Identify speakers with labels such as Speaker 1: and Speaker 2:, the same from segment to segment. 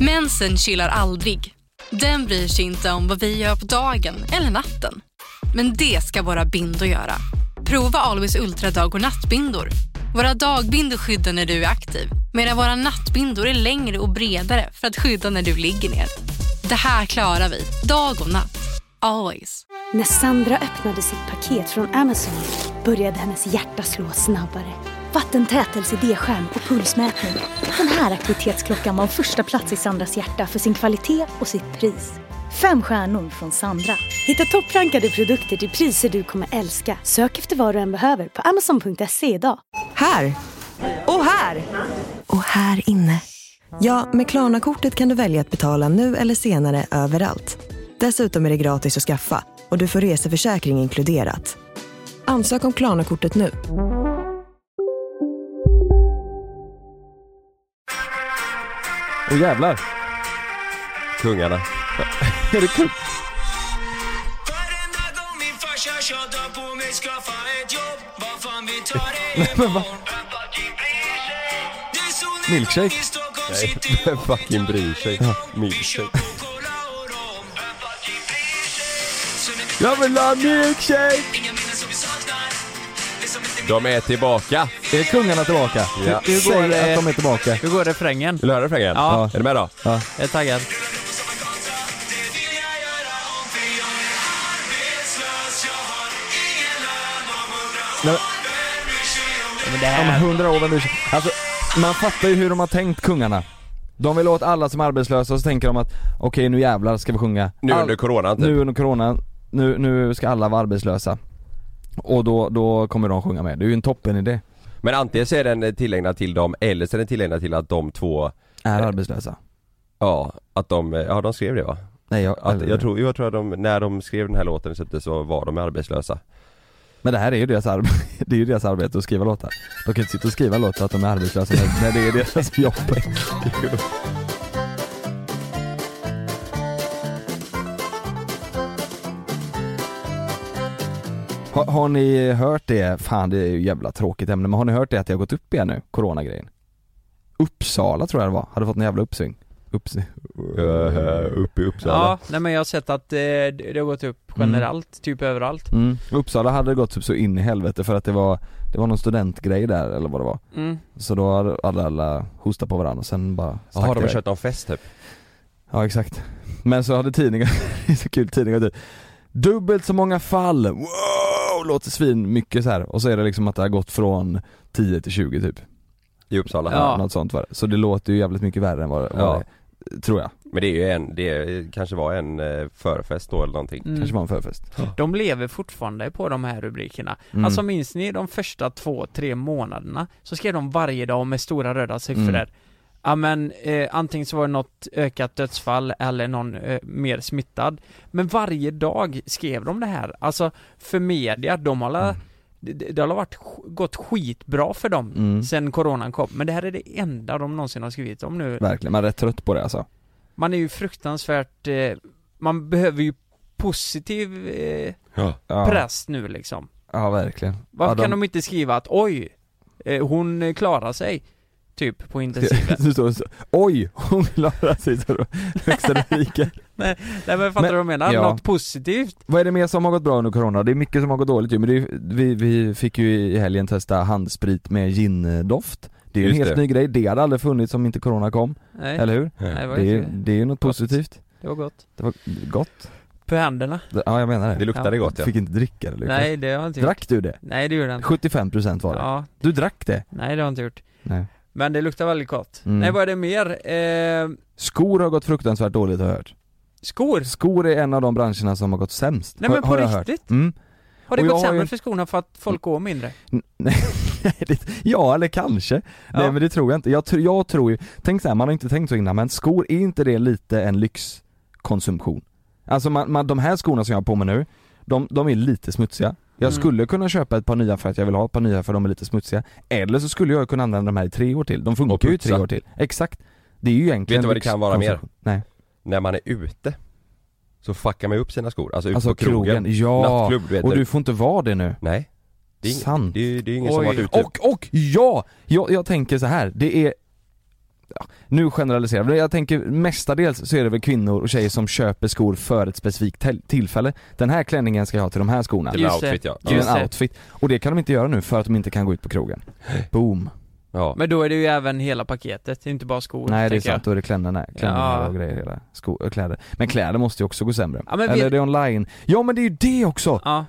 Speaker 1: Mensen chillar aldrig. Den bryr sig inte om vad vi gör på dagen eller natten. Men det ska våra bindor göra. Prova Always Ultra dag och nattbindor. Våra dagbindor skyddar när du är aktiv medan våra nattbindor är längre och bredare för att skydda när du ligger ner. Det här klarar vi, dag och natt. Always.
Speaker 2: När Sandra öppnade sitt paket från Amazon började hennes hjärta slå snabbare. Vattentätelse, D-skärm och pulsmätning. Den här aktivitetsklockan var en första plats i Sandras hjärta för sin kvalitet och sitt pris. Fem stjärnor från Sandra. Hitta topprankade produkter till priser du kommer älska. Sök efter vad du än behöver på amazon.se E idag.
Speaker 3: Här! Och här! Och här inne. Ja, med Klarna-kortet kan du välja att betala nu eller senare överallt. Dessutom är det gratis att skaffa och du får reseförsäkring inkluderat. Ansök om Klarna-kortet nu.
Speaker 4: Åh jävlar. Kungarna. är det kung?
Speaker 5: Varenda gång min farsa tjatar på mig skaffa ett jobb Vad fan vi tar det
Speaker 4: Men va?
Speaker 5: Milkshake?
Speaker 4: Nej,
Speaker 5: Nej,
Speaker 4: vem fucking bryr sig? Milkshake. Jag vill ha milkshake! De är tillbaka!
Speaker 6: Är kungarna tillbaka?
Speaker 4: Ja.
Speaker 6: Hur, hur, går
Speaker 7: Säg
Speaker 6: det,
Speaker 7: att de är tillbaka.
Speaker 6: hur går refrängen?
Speaker 4: Vill du höra refrängen?
Speaker 6: Ja.
Speaker 4: Är du med då?
Speaker 6: Jag är taggad. Men det
Speaker 7: Om
Speaker 6: här...
Speaker 7: hundra år, vem bryr sig? Alltså, man fattar ju hur de har tänkt kungarna. De vill åt alla som är arbetslösa och så tänker de att okej nu jävlar ska vi sjunga.
Speaker 4: Nu
Speaker 7: All-
Speaker 4: under coronan typ.
Speaker 7: nu under corona, nu, nu ska alla vara arbetslösa. Och då, då kommer de sjunga med. Det är ju en toppen idé.
Speaker 4: Men antingen så är den tillägnad till dem, eller så är den tillägnad till att de två,
Speaker 7: Är arbetslösa.
Speaker 4: ja, att de, ja de skrev det va?
Speaker 7: Nej jag,
Speaker 4: Att, jag tror, jag tror att de, när de skrev den här låten så, så var de arbetslösa.
Speaker 7: Men det här är ju deras, arb- det är ju deras arbete att skriva låtar. De kan ju inte sitta och skriva låtar att de är arbetslösa när, när det är deras jobb. Har, har ni hört det, fan det är ju jävla tråkigt ämne, men har ni hört det att det har gått upp igen nu, coronagrejen? Uppsala tror jag det var, hade fått en jävla uppsving. Upps-
Speaker 4: Uh, uppe i Uppsala.
Speaker 6: Ja, nej men jag har sett att eh, det det har gått upp
Speaker 7: Mm.
Speaker 6: generellt, typ överallt.
Speaker 7: Mm. Uppsala hade det gått typ så in i helvete för att det var, det var någon studentgrej där eller vad det var.
Speaker 6: Mm.
Speaker 7: Så då hade alla, alla hostat på varandra och sen bara
Speaker 4: Ja,
Speaker 7: stack
Speaker 4: har
Speaker 7: det
Speaker 4: de
Speaker 7: iväg.
Speaker 4: kört någon fest typ?
Speaker 7: Ja exakt. Men så hade tidningar, det är så kul, tidningar typ Dubbelt så många fall, wow! Låter svin mycket så här. och så är det liksom att det har gått från 10 till 20 typ.
Speaker 4: I Uppsala?
Speaker 6: Ja.
Speaker 7: Något sånt var det. Så det låter ju jävligt mycket värre än vad, vad
Speaker 4: Ja.
Speaker 7: det tror jag.
Speaker 4: Men det är ju en, det är, kanske var en eh, förfest då eller någonting.
Speaker 6: Mm.
Speaker 7: Kanske var en förfest.
Speaker 6: De lever fortfarande på de här rubrikerna.
Speaker 7: Mm.
Speaker 6: Alltså minns ni de första två, tre månaderna? Så skrev de varje dag med stora röda siffror.
Speaker 7: Mm.
Speaker 6: Ja men, eh, antingen så var det något ökat dödsfall eller någon eh, mer smittad. Men varje dag skrev de det här. Alltså, för media, de har alla, det, det det har alla varit, sk- gått skitbra för dem
Speaker 7: Mm.
Speaker 6: sen coronan kom. Men det här är det enda de någonsin har skrivit om nu.
Speaker 7: Verkligen, man är rätt trött på det alltså.
Speaker 6: Man är ju fruktansvärt, eh, man behöver ju positiv eh,
Speaker 7: Ja,
Speaker 6: press nu liksom.
Speaker 7: ja verkligen.
Speaker 6: Varför
Speaker 7: ja,
Speaker 6: kan de inte skriva att oj, eh, hon eh, klarar sig? Typ på intensiven.
Speaker 7: Så står det så, oj, hon klarar sig så då, högsta rubriken.
Speaker 6: Nej men fattar
Speaker 7: Men-
Speaker 6: du vad jag menar?
Speaker 7: ja.
Speaker 6: Något positivt.
Speaker 7: Vad är det mer som har gått bra under corona? Det är mycket som har gått dåligt ju, men det är, vi, vi fick ju i helgen testa handsprit med gindoft Det är ju en
Speaker 4: Just
Speaker 7: helt
Speaker 4: det.
Speaker 7: ny grej, det hade aldrig funnits om inte corona kom,
Speaker 6: Nej,
Speaker 7: eller hur?
Speaker 6: nej det, var
Speaker 7: Det
Speaker 6: ju
Speaker 7: är,
Speaker 6: trevligt.
Speaker 7: det är ju något
Speaker 6: Gott.
Speaker 7: positivt
Speaker 6: det var gott.
Speaker 7: Det var gott
Speaker 6: På händerna?
Speaker 7: Ja jag menar det,
Speaker 4: Det luktade
Speaker 6: Ja.
Speaker 4: gott ja.
Speaker 7: Fick inte dricka det Lukas.
Speaker 6: Nej det har jag inte gjort.
Speaker 7: Drack du det?
Speaker 6: Nej det gjorde jag inte.
Speaker 7: 75% var det
Speaker 6: Ja,
Speaker 7: Du drack det?
Speaker 6: nej det har jag inte gjort.
Speaker 7: Nej
Speaker 6: Men det luktar väldigt gott.
Speaker 7: Mm.
Speaker 6: Nej vad är det mer? Eh,
Speaker 7: Skor har gått fruktansvärt dåligt har jag hört
Speaker 6: skor?
Speaker 7: Skor är en av de branscherna som har gått sämst
Speaker 6: Nej
Speaker 7: har,
Speaker 6: men på
Speaker 7: har jag hört.
Speaker 6: riktigt?
Speaker 7: Mm.
Speaker 6: Har det
Speaker 7: Och jag
Speaker 6: gått
Speaker 7: har
Speaker 6: sämre
Speaker 7: ju-
Speaker 6: för skorna för att folk går mindre?
Speaker 7: Nej, det- ja eller kanske, nej
Speaker 6: Ja.
Speaker 7: men det tror jag inte. Jag, tr- jag tror ju, tänk så här, man har inte tänkt så innan men skor, är inte det lite en lyxkonsumtion? Alltså man, man, de här skorna som jag har på mig nu, de, de är lite smutsiga. Jag
Speaker 6: Mm.
Speaker 7: skulle kunna köpa ett par nya för att jag vill ha ett par nya för de är lite smutsiga. Eller så skulle jag kunna använda de här i tre år till, de
Speaker 4: Och
Speaker 7: funkar ju i tre
Speaker 4: putsa.
Speaker 7: år till. Exakt. Det är ju egentligen
Speaker 4: Vet du vad det kan vara mer?
Speaker 7: lyxkonsumtion. Nej,
Speaker 4: När man är ute så fuckar man upp sina skor, alltså ut
Speaker 7: alltså
Speaker 4: på krogen.
Speaker 7: krogen, ja.
Speaker 4: Nattklubb du vet
Speaker 7: Och
Speaker 4: du...
Speaker 7: du får inte vara det nu.
Speaker 4: Nej. Det är ing...
Speaker 7: Sant.
Speaker 4: det är, det är ingen som
Speaker 6: Oj.
Speaker 4: varit ute.
Speaker 7: Och, och ja! Jag, jag tänker så här. det är ja, nu generaliserar jag, men jag tänker mestadels så är det väl kvinnor och tjejer som köper skor för ett specifikt tel- tillfälle. Den här klänningen ska jag ha till de här skorna.
Speaker 4: Till en
Speaker 6: Just det.
Speaker 4: outfit ja.
Speaker 7: Till
Speaker 6: Just
Speaker 7: typ en
Speaker 6: det.
Speaker 7: outfit. Och det kan de inte göra nu för att de inte kan gå ut på krogen. Boom.
Speaker 4: ja.
Speaker 6: Men då är det ju även hela paketet, inte bara skor
Speaker 7: Nej det är
Speaker 6: tänker jag.
Speaker 7: sant, då är det kläderna, kläderna
Speaker 6: Ja.
Speaker 7: och grejer hela, sko, och kläder. Men kläder måste ju också gå sämre.
Speaker 6: Ja, men vi-
Speaker 7: Eller är det online? Ja men det är ju det också!
Speaker 6: Ja,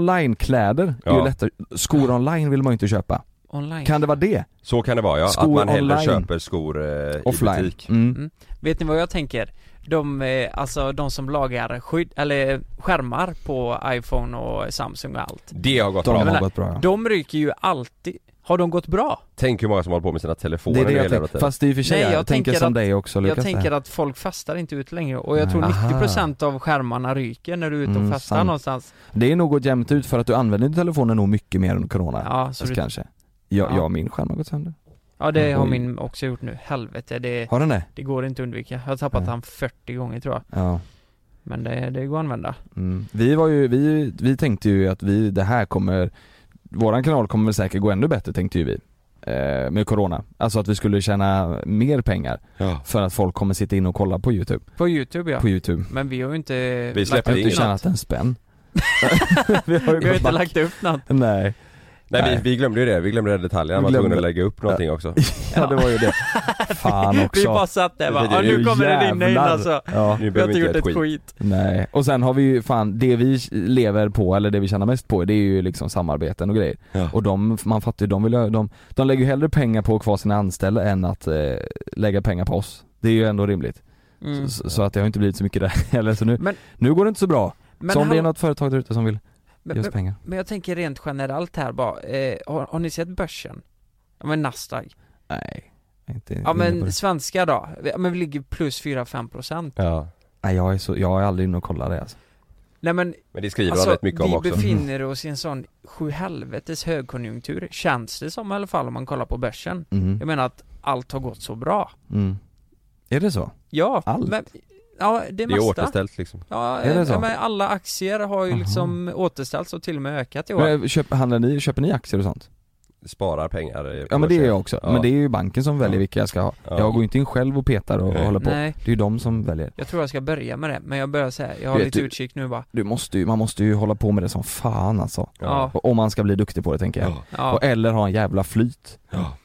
Speaker 7: Online-kläder är
Speaker 4: Ja.
Speaker 7: ju lättare, skor online vill man ju inte köpa.
Speaker 6: online
Speaker 7: Kan det vara det?
Speaker 4: Så kan det vara ja,
Speaker 7: Skor
Speaker 4: att man hellre
Speaker 7: online.
Speaker 4: köper skor eh, i
Speaker 7: Offline?
Speaker 4: butik.
Speaker 7: Mm.
Speaker 6: Vet ni vad jag tänker? De, eh, alltså de som lagar skydd, eller skärmar på iPhone och Samsung och allt
Speaker 4: Det har gått
Speaker 7: De
Speaker 4: bra.
Speaker 7: har
Speaker 6: menar,
Speaker 7: gått bra ja.
Speaker 6: De ryker ju alltid Har de gått bra?
Speaker 4: Tänk hur många som håller på med sina telefoner
Speaker 7: Det är det jag
Speaker 4: hela
Speaker 7: tänker,
Speaker 4: tiden.
Speaker 7: fast det är i och för sig,
Speaker 6: Nej, jag
Speaker 7: jag tänker
Speaker 6: tänker
Speaker 7: som
Speaker 6: att-
Speaker 7: dig också Lukas
Speaker 6: jag tänker
Speaker 7: där.
Speaker 6: att folk fastar inte ut längre och jag
Speaker 7: Nej.
Speaker 6: tror
Speaker 4: Aha.
Speaker 6: 90% av skärmarna ryker när du är ute och
Speaker 7: Mm,
Speaker 6: fastar
Speaker 7: sant.
Speaker 6: någonstans
Speaker 7: Det är nog gått jämnt ut för att du använder din telefonen nog mycket mer under corona.
Speaker 6: Ja, så
Speaker 7: Fast
Speaker 6: du,
Speaker 7: kanske. Jag,
Speaker 6: Ja.
Speaker 7: jag och min skärm har gått sönder.
Speaker 6: ja det har
Speaker 7: Oj.
Speaker 6: min också gjort nu, helvete det,
Speaker 7: Har den det?
Speaker 6: det går inte att undvika Jag har tappat
Speaker 7: Nej.
Speaker 6: han 40 gånger tror jag
Speaker 7: Ja.
Speaker 6: Men det, det går att använda
Speaker 7: Mm. Vi var ju, vi, vi tänkte ju att vi, det här kommer, våran kanal kommer väl säkert gå ännu bättre tänkte ju vi. Eh, med corona. Alltså att vi skulle tjäna mer pengar
Speaker 4: Ja.
Speaker 7: för att folk kommer sitta in och kolla på youtube.
Speaker 6: På youtube ja,
Speaker 7: På youtube.
Speaker 6: men vi har ju inte
Speaker 4: Vi
Speaker 6: lagt
Speaker 4: släpper
Speaker 6: upp
Speaker 7: Jag har inte
Speaker 4: inget.
Speaker 6: något.
Speaker 7: tjänat en spänn. vi har ju
Speaker 6: Vi har
Speaker 7: gått
Speaker 6: inte
Speaker 7: back.
Speaker 6: lagt upp något
Speaker 7: Nej.
Speaker 4: Nej
Speaker 7: Nej.
Speaker 4: vi, vi glömde ju det, vi glömde den detaljen,
Speaker 7: Vi
Speaker 4: man var tvungen
Speaker 7: glömde.
Speaker 4: att lägga upp någonting också.
Speaker 7: Ja det var ju det. Fan också.
Speaker 6: Vi bara satt där va,
Speaker 4: Det är
Speaker 6: ja,
Speaker 4: ju
Speaker 6: nu kommer den in in
Speaker 7: jävlar.
Speaker 6: alltså
Speaker 7: Ja.
Speaker 4: Nu
Speaker 6: Vi har
Speaker 4: behöver
Speaker 6: inte
Speaker 4: vi
Speaker 6: gjort
Speaker 4: inte
Speaker 6: ett
Speaker 4: ett
Speaker 6: skit,
Speaker 4: skit.
Speaker 7: Nej, och sen har vi ju fan, det vi lever på eller det vi tjänar mest på det är ju liksom samarbeten och grejer.
Speaker 4: Ja.
Speaker 7: Och de, man fattar ju, de vill ju- de, de lägger ju hellre pengar på att ha kvar sina anställda än att eh, lägga pengar på oss. Det är ju ändå rimligt.
Speaker 6: Mm.
Speaker 7: Så, så att det har inte blivit så mycket där heller, så nu,
Speaker 6: Men-
Speaker 7: nu går det inte så bra.
Speaker 6: Men,
Speaker 7: så om det är
Speaker 6: hallå-
Speaker 7: något företag där ute som vill
Speaker 6: men,
Speaker 7: ge oss
Speaker 6: men,
Speaker 7: pengar.
Speaker 6: men jag tänker rent generellt här bara, eh, har, har ni sett börsen? Ja men Nasdaq
Speaker 7: Nej, jag är inte
Speaker 6: Ja
Speaker 7: inne på
Speaker 6: men
Speaker 7: det.
Speaker 6: svenska då? Vi- Ja, men vi ligger plus 4-5 procent
Speaker 4: Ja.
Speaker 7: Nej jag är så, jag är aldrig inne och kollar det alltså.
Speaker 6: Nej men
Speaker 4: Men det skriver han
Speaker 6: alltså,
Speaker 4: rätt
Speaker 6: vi
Speaker 4: mycket om också.
Speaker 6: befinner oss i en sån sjuhelvetes högkonjunktur Känns det som i alla fall om man kollar på börsen
Speaker 7: Mm.
Speaker 6: Jag menar att allt har gått så bra
Speaker 7: Mm. Är det så?
Speaker 6: Ja,
Speaker 7: Allt?
Speaker 6: men Ja, det
Speaker 4: Det är
Speaker 6: mesta
Speaker 4: återställt liksom.
Speaker 6: Ja,
Speaker 7: Är det
Speaker 6: eh,
Speaker 7: så?
Speaker 6: men alla aktier har ju
Speaker 7: Aha.
Speaker 6: liksom återställts och till och med ökat i år
Speaker 7: Men, eh, köp, handlar ni, köper ni aktier och sånt?
Speaker 4: Sparar pengar. i-
Speaker 7: Ja men det gör jag också,
Speaker 4: Ja.
Speaker 7: men det är ju banken som väljer
Speaker 4: Ja.
Speaker 7: vilka jag ska ha.
Speaker 4: Ja.
Speaker 7: Jag går ju inte in själv och petar och
Speaker 4: Nej.
Speaker 7: håller på.
Speaker 6: Nej,
Speaker 7: Det är ju de som väljer.
Speaker 6: jag tror jag ska börja med det, men jag börjar säga, jag har
Speaker 7: Vet
Speaker 6: lite
Speaker 7: du-
Speaker 6: utkik nu bara
Speaker 7: Du måste ju, man måste ju hålla på med det som fan alltså.
Speaker 6: Ja.
Speaker 7: Och Om man ska bli duktig på det tänker jag.
Speaker 4: Ja.
Speaker 6: Ja,
Speaker 7: Och eller ha en jävla flyt.
Speaker 4: Ja.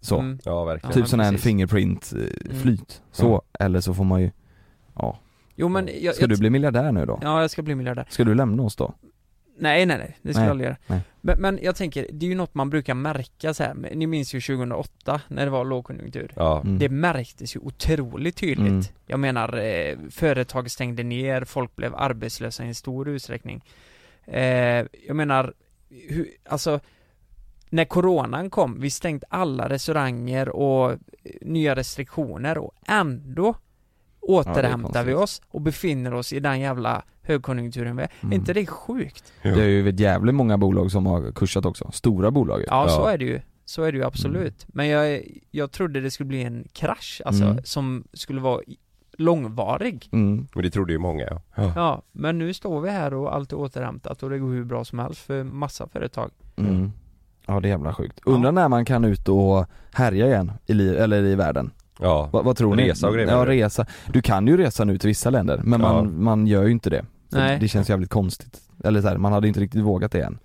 Speaker 7: Så.
Speaker 6: Mm.
Speaker 4: Ja verkligen.
Speaker 6: Ja,
Speaker 7: typ
Speaker 6: men
Speaker 7: sån här
Speaker 6: precis.
Speaker 7: fingerprint eh,
Speaker 6: Mm.
Speaker 7: flyt. Så, eller så får man ju,
Speaker 6: Jo men jag,
Speaker 7: ska
Speaker 6: jag,
Speaker 7: du bli miljardär nu då?
Speaker 6: Ja, jag ska bli miljardär
Speaker 7: Ska du lämna oss då?
Speaker 6: Nej nej nej, det ska
Speaker 7: Nej,
Speaker 6: jag aldrig göra
Speaker 7: nej.
Speaker 6: men, men jag tänker, det är ju något man brukar märka så här. Men ni minns ju 2008 när det var lågkonjunktur
Speaker 4: Ja.
Speaker 7: Mm.
Speaker 6: Det märktes ju otroligt tydligt
Speaker 7: Mm.
Speaker 6: Jag menar, eh, företag stängde ner, folk blev arbetslösa i en stor utsträckning eh, Jag menar, hur, alltså när coronan kom, vi stängt alla restauranger och eh, nya restriktioner och ändå återhämtar vi
Speaker 7: konstigt.
Speaker 6: oss och befinner oss i den jävla högkonjunkturen vi är.
Speaker 7: Mm.
Speaker 6: Är inte det sjukt?
Speaker 4: Ja.
Speaker 7: Det är ju ett jävligt många bolag som har kursat också. Stora bolag ju.
Speaker 6: Ja, så
Speaker 4: Ja.
Speaker 6: är det ju. Så är det ju absolut. Men jag, jag trodde det skulle bli en krasch, alltså,
Speaker 7: Mm.
Speaker 6: som skulle vara i- långvarig.
Speaker 7: Mm.
Speaker 4: Men det trodde ju många ja.
Speaker 6: Ja, men nu står vi här och allt är återhämtat och det går hur bra som helst för massa företag.
Speaker 7: Mm. Ja det är jävla sjukt. Undrar när man kan ut och härja igen i liv, eller i världen.
Speaker 4: Ja.
Speaker 7: Vad, vad tror ni?
Speaker 4: Resa och grejer,
Speaker 7: Ja,
Speaker 4: menar du?
Speaker 7: resa. Du kan ju resa nu till vissa länder, men man,
Speaker 4: Ja.
Speaker 7: man gör ju inte det. För
Speaker 6: Nej.
Speaker 7: Det känns jävligt konstigt. Eller så här, man hade inte riktigt vågat det än.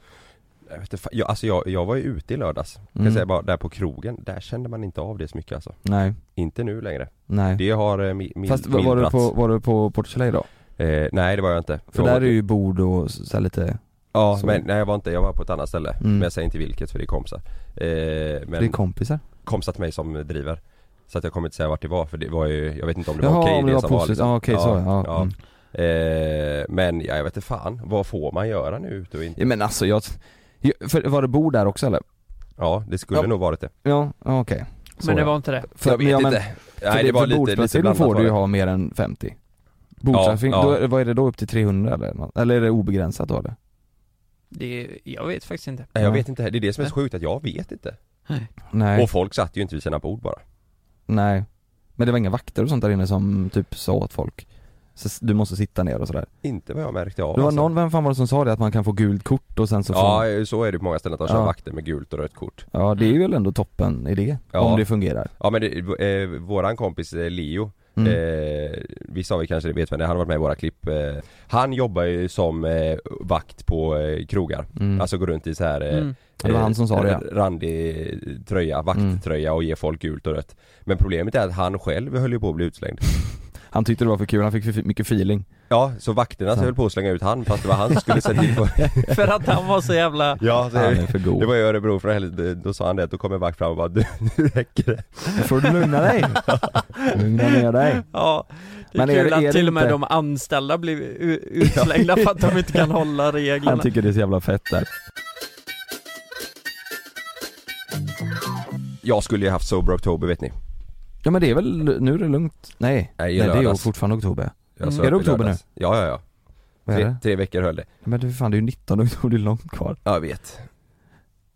Speaker 4: Jag, vet inte, fan, jag, alltså jag, jag var ju ute i lördags, kan
Speaker 7: Mm.
Speaker 4: jag säga bara, där på krogen, där kände man inte av det så mycket alltså.
Speaker 7: Nej,
Speaker 4: Inte nu längre.
Speaker 7: nej.
Speaker 4: Det har eh, mi- min,
Speaker 7: Fast var,
Speaker 4: min
Speaker 7: var, du
Speaker 4: plats.
Speaker 7: på, var du på Port Soleil då?
Speaker 4: Eh, nej det var jag inte.
Speaker 7: För
Speaker 4: Jag
Speaker 7: där
Speaker 4: var-
Speaker 7: är ju bord och så så här lite,
Speaker 4: Ja,
Speaker 7: så-
Speaker 4: men nej jag var inte, jag var på ett annat ställe.
Speaker 7: Mm.
Speaker 4: Men jag säger inte vilket för det är kompisar. Eh,
Speaker 7: det är
Speaker 4: men
Speaker 7: kompisar.
Speaker 4: kompisar till mig som driver. Så att jag kommer inte säga vart det var för det var ju, jag vet inte om det var okej
Speaker 7: Jaha, om det var
Speaker 4: som
Speaker 7: positivt,
Speaker 4: liksom.
Speaker 7: ja okej så, ja.
Speaker 4: ja.
Speaker 7: Mm.
Speaker 4: Eh, men ja, jag vet inte fan, vad får man göra nu ute och inte?
Speaker 7: ja. Men alltså jag, för, var det bord där också eller?
Speaker 4: Ja det skulle
Speaker 7: Ja.
Speaker 4: nog varit det.
Speaker 7: Ja, ja, okej. Så,
Speaker 6: men det
Speaker 7: ja.
Speaker 6: var inte det.
Speaker 7: För,
Speaker 4: jag vet
Speaker 7: ja, men,
Speaker 4: inte.
Speaker 7: För
Speaker 4: Nej det, var lite, lite blandat
Speaker 7: får
Speaker 4: var
Speaker 7: du ju
Speaker 4: det.
Speaker 7: ha mer än 50. Bordstrafik,
Speaker 4: Ja, ja.
Speaker 7: då- vad är det då upp till 300 eller? något? Eller är det obegränsat då eller?
Speaker 6: det. Jag vet faktiskt inte.
Speaker 4: Nej, jag vet inte, det är det som är så sjukt att jag vet inte.
Speaker 7: Nej.
Speaker 4: Och folk satt ju inte vid sina bord bara.
Speaker 7: Nej Men det var inga vakter och sånt där inne som typ sa åt folk Så s- du måste sitta ner och sådär.
Speaker 4: Inte vad jag märkte av
Speaker 7: det var
Speaker 4: alltså.
Speaker 7: någon, vem fan var det som sa det? Att man kan få gult kort och sen så får man,
Speaker 4: Ja, så är det på många ställen att de kör
Speaker 7: Ja.
Speaker 4: vakter med gult och rött kort
Speaker 7: Ja det är ju ändå toppen idé.
Speaker 4: Ja.
Speaker 7: Om det fungerar.
Speaker 4: Ja men det, eh, våran kompis eh, Leo
Speaker 7: Mm.
Speaker 4: Eh, vissa av er kanske vet vem det är, han har varit med i våra klipp eh, Han jobbar ju som eh, vakt på eh, krogar
Speaker 7: Mm.
Speaker 4: Alltså går runt i så här eh,
Speaker 6: Mm.
Speaker 7: Ja, det var han som sa det, ja.
Speaker 4: Randig tröja, vakttröja och ger folk gult och rött Men problemet är att han själv höll ju på att bli utslängd
Speaker 7: Han tyckte det var för kul, han fick för mycket feeling.
Speaker 4: Ja, så vakterna
Speaker 7: Så.
Speaker 4: höll på att slänga ut han fast det var han som skulle sätta dit på
Speaker 6: För att han var så jävla...
Speaker 4: Ja,
Speaker 7: Han är för god.
Speaker 4: det var i Örebro för helvete, då sa han det, då kom en vakt fram och bara du, nu räcker det
Speaker 7: Nu får du lugna dig. lugna ner dig.
Speaker 6: Ja, det är
Speaker 7: Men är
Speaker 6: kul
Speaker 7: det- är det
Speaker 6: att till och med
Speaker 7: inte-
Speaker 6: de anställda blir u- utslängda för att de inte kan hålla
Speaker 7: Han
Speaker 6: reglerna.
Speaker 7: tycker det är så jävla fett där.
Speaker 4: Jag skulle ju haft Sober October vet ni
Speaker 7: Ja men det är väl, nu är det lugnt. Nej,
Speaker 4: Nej, i
Speaker 7: Nej det är ju
Speaker 4: lördags.
Speaker 7: fortfarande oktober.
Speaker 4: Jag
Speaker 6: Mm.
Speaker 4: sa
Speaker 7: Är det
Speaker 4: upp i
Speaker 7: oktober
Speaker 4: lördags. Ja, ja, ja.
Speaker 7: Vad är
Speaker 4: Tre,
Speaker 7: det?
Speaker 4: tre veckor höll det.
Speaker 7: Men du fan det är ju 19 oktober, det är långt kvar.
Speaker 4: Ja, jag vet.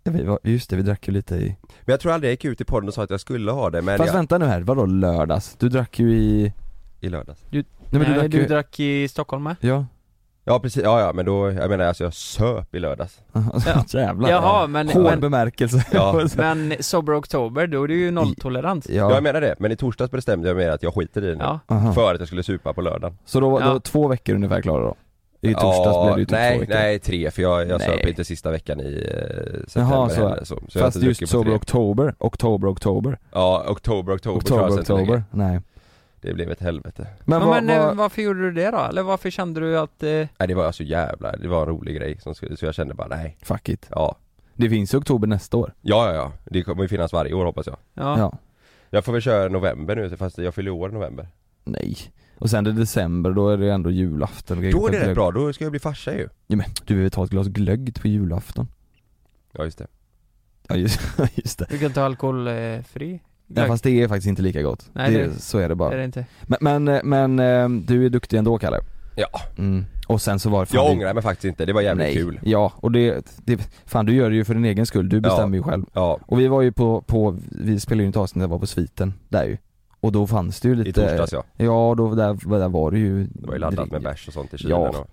Speaker 7: Ja, vi var, just det, vi drack ju lite i...
Speaker 4: Men jag tror aldrig jag gick ut i podden och sa att jag skulle ha det, men
Speaker 7: Fast
Speaker 4: jag,
Speaker 7: vänta nu här, vadå lördags? Du drack ju i...
Speaker 4: i lördags.
Speaker 7: Nej men du drack ju...
Speaker 6: i Stockholm med.
Speaker 7: Ja.
Speaker 4: Ja, precis. Ja, ja, men då, jag menar alltså jag söp i lördags.
Speaker 6: Ja.
Speaker 7: Jävlar.
Speaker 6: Jaha, men,
Speaker 7: Hård
Speaker 6: men,
Speaker 7: bemärkelse.
Speaker 4: Ja.
Speaker 6: men Sober Oktober, då är det ju nolltolerans.
Speaker 4: Ja.
Speaker 7: ja.
Speaker 4: jag menar det. Men i torsdags bestämde jag mig att jag skiter i det nu.
Speaker 6: Ja.
Speaker 7: Aha.
Speaker 4: För att jag skulle supa på lördagen.
Speaker 7: Så då, var- då
Speaker 6: Ja.
Speaker 7: var två veckor ungefär klara då? I torsdags blev det ju typ två
Speaker 4: Nej,
Speaker 7: veckor.
Speaker 4: nej, tre. För jag, jag
Speaker 7: Nej.
Speaker 4: söp inte sista veckan i eh, september
Speaker 7: Jaha, så.
Speaker 4: heller. Så, så jag har
Speaker 7: Fast
Speaker 4: inte druckit
Speaker 7: just
Speaker 4: på
Speaker 7: sober
Speaker 4: tre.
Speaker 7: oktober, oktober, oktober,
Speaker 4: Ja, oktober, oktober. klarade
Speaker 7: oktober,
Speaker 4: sig inte längre.
Speaker 7: oktober, nej.
Speaker 4: Det blev ett helvete.
Speaker 7: Men,
Speaker 6: Men,
Speaker 7: vad,
Speaker 6: men eh,
Speaker 7: vad,
Speaker 6: varför gjorde du det då? Eller varför kände du att... Eh,
Speaker 4: Nej, det var alltså jävla, det var en rolig grej. Som, skulle- så jag kände bara nej.
Speaker 7: fuck it.
Speaker 4: Ja.
Speaker 7: Det finns ju oktober nästa år.
Speaker 4: Ja, ja, ja. Det kommer ju finnas varje år hoppas jag.
Speaker 6: ja.
Speaker 7: Ja.
Speaker 4: Jag får väl köra november nu, fast jag fyller år i november.
Speaker 7: Nej. Och sen det är december, då är det ändå julafton och grejer.
Speaker 4: Då är det
Speaker 7: Glögg.
Speaker 4: rätt bra, då ska jag bli farsa ju
Speaker 7: Ja, men du behöver ta ett glas glögg på julafton.
Speaker 4: Ja just det
Speaker 7: Ja just, just det.
Speaker 6: Du kan ta alkoholfri?
Speaker 7: Ja, fast det är faktiskt inte lika gott.
Speaker 6: Nej,
Speaker 7: det,
Speaker 6: det-
Speaker 7: så är det
Speaker 6: Är
Speaker 7: bara.
Speaker 6: det inte?
Speaker 7: Men, men, eh, men eh, du är duktig ändå Kalle.
Speaker 4: Ja,
Speaker 7: Mm. Och sen så var det fan
Speaker 4: jag
Speaker 7: det-
Speaker 4: ångrar mig faktiskt inte, det var jävligt
Speaker 7: Nej.
Speaker 4: kul
Speaker 7: Ja, och det, det, fan du gör det ju för din egen skull, du bestämmer ju själv.
Speaker 4: Ja,
Speaker 7: Och vi var ju på, på vi spelade ju inte avsnitt där var på sviten, där ju. Och då fanns det ju lite
Speaker 4: i torsdags ja,
Speaker 7: Ja, då där, där var det ju
Speaker 4: det var ju laddat
Speaker 7: dryg-
Speaker 4: med bärs och sånt i kylen
Speaker 7: Ja.
Speaker 4: och...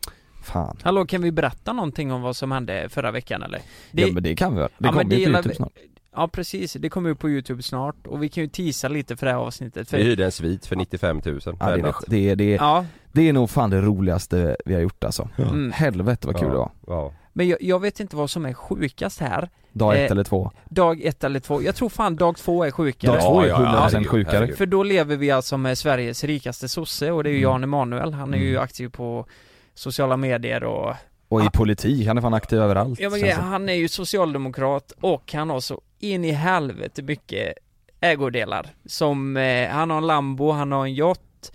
Speaker 7: Fan.
Speaker 6: Hallå, kan vi berätta någonting om vad som hände förra veckan eller? Det,
Speaker 7: ja men det kan vi väl? Det
Speaker 6: Ja, men
Speaker 7: kommer
Speaker 6: det
Speaker 7: ju på
Speaker 6: gillar
Speaker 7: YouTube
Speaker 6: vi-
Speaker 7: snart.
Speaker 6: Ja precis, det kommer ju på youtube snart och vi kan ju teasa lite för det här avsnittet för,
Speaker 4: Vi hyrde en svit för 95 000 för
Speaker 7: Ja, det,
Speaker 4: en
Speaker 7: är,
Speaker 4: natt.
Speaker 7: det, är, det, är,
Speaker 6: Ja,
Speaker 7: det är nog fan det roligaste vi har gjort alltså.
Speaker 6: mm.
Speaker 7: Helvete vad kul
Speaker 4: ja.
Speaker 7: det var.
Speaker 4: Ja,
Speaker 6: men jag, jag vet inte vad som är sjukast här
Speaker 7: Dag ett
Speaker 6: Eh,
Speaker 7: eller två.
Speaker 6: Dag ett eller två, jag tror fan dag två är sjukare
Speaker 7: Dag två är
Speaker 4: ja, ja,
Speaker 7: 100%
Speaker 4: herregud,
Speaker 7: sjukare.
Speaker 4: herregud.
Speaker 6: För då lever vi alltså med Sveriges rikaste sosse och det är ju
Speaker 7: Mm.
Speaker 6: Jan Emanuel, han är ju
Speaker 7: Mm.
Speaker 6: aktiv på sociala medier och
Speaker 7: Och i
Speaker 6: Ah.
Speaker 7: politik, han är fan aktiv överallt.
Speaker 6: ja, men,
Speaker 7: känns det.
Speaker 6: han är ju socialdemokrat och han har så in i helvete mycket ägodelar som, eh, han har en Lambo, han har en yacht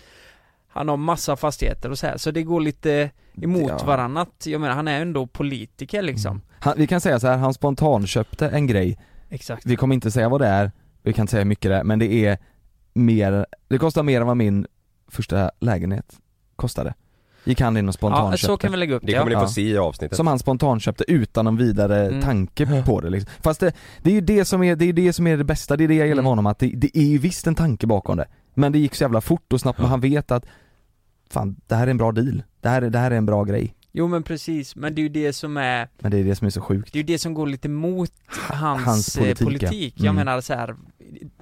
Speaker 6: han har massa fastigheter och så här, så det går lite emot
Speaker 7: Ja.
Speaker 6: varandra. Jag menar, han är ju ändå politiker liksom.
Speaker 7: Mm. Han, vi kan säga så här, han spontanköpte en grej,
Speaker 6: Exakt.
Speaker 7: vi kommer inte säga vad det är, vi kan inte säga hur mycket det är, men det är mer, det kostar mer än vad min första lägenhet kostade. Gick han in och
Speaker 6: Ja, så
Speaker 7: spontanköpte.
Speaker 6: kan vi lägga upp det.
Speaker 4: det kommer
Speaker 6: ja.
Speaker 4: ni
Speaker 7: Ja.
Speaker 4: få se i avsnittet
Speaker 7: som han spontanköpte utan någon vidare
Speaker 6: Mm.
Speaker 7: tanke på det liksom. Fast det, det är ju det som är det, är det, som är det bästa, det är det jag gillar
Speaker 6: Mm.
Speaker 7: med honom, att det, det är ju visst en tanke bakom det. Men det gick så jävla fort och snabbt, men han vet att fan, det här är en bra deal, det här, är- det här är en bra grej.
Speaker 6: Jo men precis, men det är ju det som är,
Speaker 7: Men det är det som är så sjukt.
Speaker 6: det är ju det som går lite mot hans,
Speaker 7: hans
Speaker 6: eh,
Speaker 7: politik, ja.
Speaker 6: politik. Jag
Speaker 7: Mm.
Speaker 6: menar så här.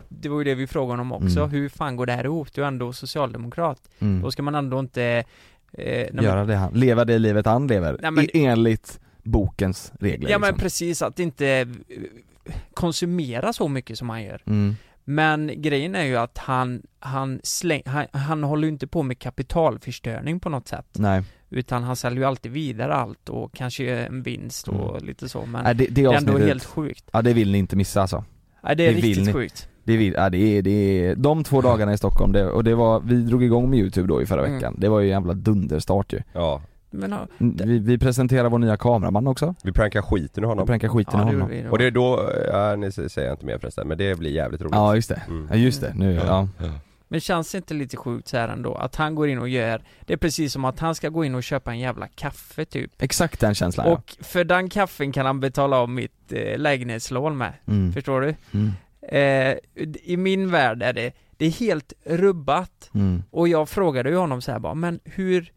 Speaker 6: det var ju det vi frågade honom också,
Speaker 7: Mm.
Speaker 6: hur fan går det här ihop? Du är ändå socialdemokrat,
Speaker 7: Mm.
Speaker 6: då ska man ändå inte eh, nej,
Speaker 7: Göra det han, leva det livet han lever,
Speaker 6: Nej, men-
Speaker 7: i- enligt bokens
Speaker 6: men,
Speaker 7: regler
Speaker 6: Ja men
Speaker 7: liksom.
Speaker 6: precis, att inte eh, konsumera så mycket som han gör.
Speaker 7: mm.
Speaker 6: Men grejen är ju att han, han, släng, han, han håller ju inte på med kapitalförstöring på något sätt.
Speaker 7: Nej,
Speaker 6: Utan han säljer ju alltid vidare allt och kanske en vinst och lite så
Speaker 7: Mm.
Speaker 6: men
Speaker 7: Nej Äh, det, det
Speaker 6: det är ändå
Speaker 7: avsnittet,
Speaker 6: helt sjukt.
Speaker 7: ja det vill ni inte missa alltså.
Speaker 6: Nej, det är
Speaker 7: Det vill
Speaker 6: riktigt
Speaker 7: ni.
Speaker 6: sjukt.
Speaker 7: Det vill, ja, det är, det är, de två dagarna i Stockholm, det, och det var, vi drog igång med Youtube då i förra
Speaker 6: Mm.
Speaker 7: veckan, det var ju en jävla dunderstart ju
Speaker 4: Ja,
Speaker 6: Men ja,
Speaker 7: Vi, vi presenterar vår nya kameraman också,
Speaker 4: vi prankar skiten ur
Speaker 7: vi
Speaker 4: honom
Speaker 7: prankar skiten
Speaker 6: ja,
Speaker 7: i
Speaker 6: det
Speaker 7: honom
Speaker 6: gjorde vi då.
Speaker 4: Och det är då, ja, ni s- säger jag inte mer förresten, men det blir jävligt roligt
Speaker 7: Ja just det,
Speaker 4: Mm.
Speaker 7: ja just det, nu, ja
Speaker 6: Men känns det inte lite sjukt så här ändå? Att han går in och gör, det är precis som att han ska gå in och köpa en jävla kaffe typ.
Speaker 7: Exakt den känslan ja.
Speaker 6: Och för den kaffen kan han betala av mitt eh, lägenhetslån med.
Speaker 7: mm.
Speaker 6: Förstår du?
Speaker 7: Mm.
Speaker 6: Eh, I min värld är det Det är helt rubbat
Speaker 7: Mm.
Speaker 6: och jag frågade ju honom så här bara, men hur,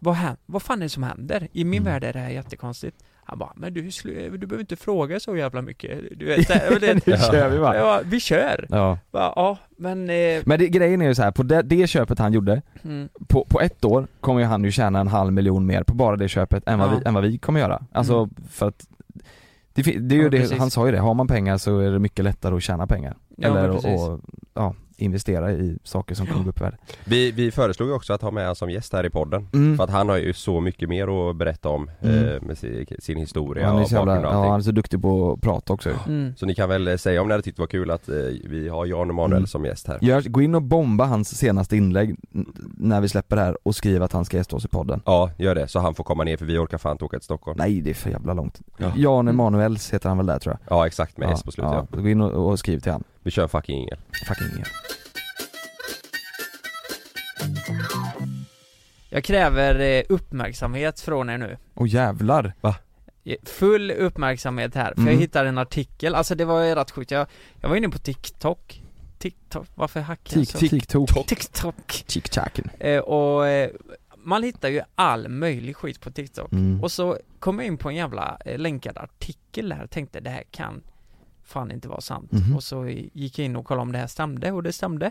Speaker 6: vad, hän- vad fan är det som händer? I min
Speaker 7: Mm.
Speaker 6: värld är det här jättekonstigt. Han bara, men du, är slu- du behöver inte fråga så jävla mycket. Du vet, så här, och det,
Speaker 7: Nu kör vi va?
Speaker 6: ja, vi kör!
Speaker 7: Ja.
Speaker 6: Bara, ja, men... Eh,
Speaker 7: Men det, grejen är ju så här, på det, det köpet han gjorde,
Speaker 6: mm,
Speaker 7: på, på ett år kommer ju han ju tjäna en halv miljon mer på bara det köpet än vad,
Speaker 6: Ja. Mm.
Speaker 7: vi, än vad vi kommer göra. Alltså för att det, fin- det är ju
Speaker 6: Ja,
Speaker 7: det,
Speaker 6: precis.
Speaker 7: han sa ju det, har man pengar så är det mycket lättare att tjäna pengar.
Speaker 6: ja, men
Speaker 7: Eller
Speaker 6: precis.
Speaker 7: att ja, investera i saker som kommer gå upp i värde.
Speaker 4: Vi, vi föreslog ju också att ha med han som gäst här i podden
Speaker 7: Mm.
Speaker 4: För att han har ju så mycket mer att berätta om
Speaker 7: Mm.
Speaker 4: eh, med sin, sin historia
Speaker 7: Han är,
Speaker 4: och
Speaker 7: så jävla,
Speaker 4: bakgrund och
Speaker 7: ja,
Speaker 4: allting
Speaker 7: han är så duktig på att prata också ju.
Speaker 6: Mm.
Speaker 4: Så ni kan väl eh, säga om ni hade tyckt det var kul att eh, vi har Jan Emanuel
Speaker 7: Mm.
Speaker 4: som gäst här
Speaker 7: Gör, gå in och bomba hans senaste inlägg n- när vi släpper det här och skriv att han ska gästa oss i podden.
Speaker 4: Ja, gör det så han får komma ner för vi orkar fan inte åka till Stockholm
Speaker 7: Nej det är för jävla långt.
Speaker 4: Ja.
Speaker 7: Jan
Speaker 6: Mm.
Speaker 7: Emanuels heter han väl där tror jag?
Speaker 4: Ja exakt med S på slutet ja.
Speaker 7: Gå in och, och skriv till han.
Speaker 4: Vi kör en fucking ingel
Speaker 7: Fucking ingen.
Speaker 6: Jag kräver eh, uppmärksamhet från er nu.
Speaker 7: Åh jävlar! Va?
Speaker 6: Full uppmärksamhet här, för jag
Speaker 7: Mm.
Speaker 6: hittade en artikel, alltså det var ju rätt sjukt, jag, jag var inne på TikTok TikTok, varför hackar jag så?
Speaker 7: Tik-tok.
Speaker 6: TikTok!
Speaker 7: Tik-taken.
Speaker 6: Eh, och eh, man hittar ju all möjlig skit på TikTok
Speaker 7: Mm.
Speaker 6: Och så kom jag in på en jävla eh, länkad artikel här och tänkte det här kan fan inte vara sant
Speaker 7: Mhm.
Speaker 6: Och så gick jag in och kollade om det här stämde och det stämde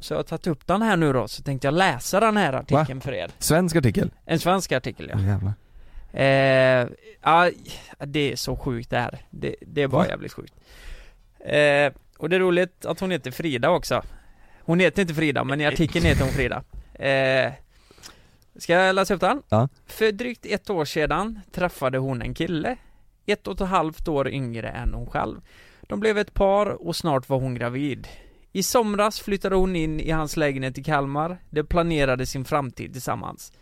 Speaker 6: Så jag har tagit upp den här nu då, så tänkte jag läsa den här artikeln för er
Speaker 7: Svensk artikel.
Speaker 6: En svensk artikel ja
Speaker 7: Åh, jävlar.
Speaker 6: Eh, ja, det är så sjukt det här. Det, det är bara
Speaker 7: Va?
Speaker 6: jävligt sjukt. Eh, och det är roligt att hon heter Frida också. Hon heter inte Frida, men i artikeln heter hon Frida. Eh, ska jag läsa upp den?
Speaker 7: Ja.
Speaker 6: För drygt ett år sedan träffade hon en kille. Ett och ett halvt år yngre än hon själv. De blev ett par och snart var hon gravid. I somras flyttade hon in i hans lägenhet i Kalmar. De planerade sin framtid tillsammans.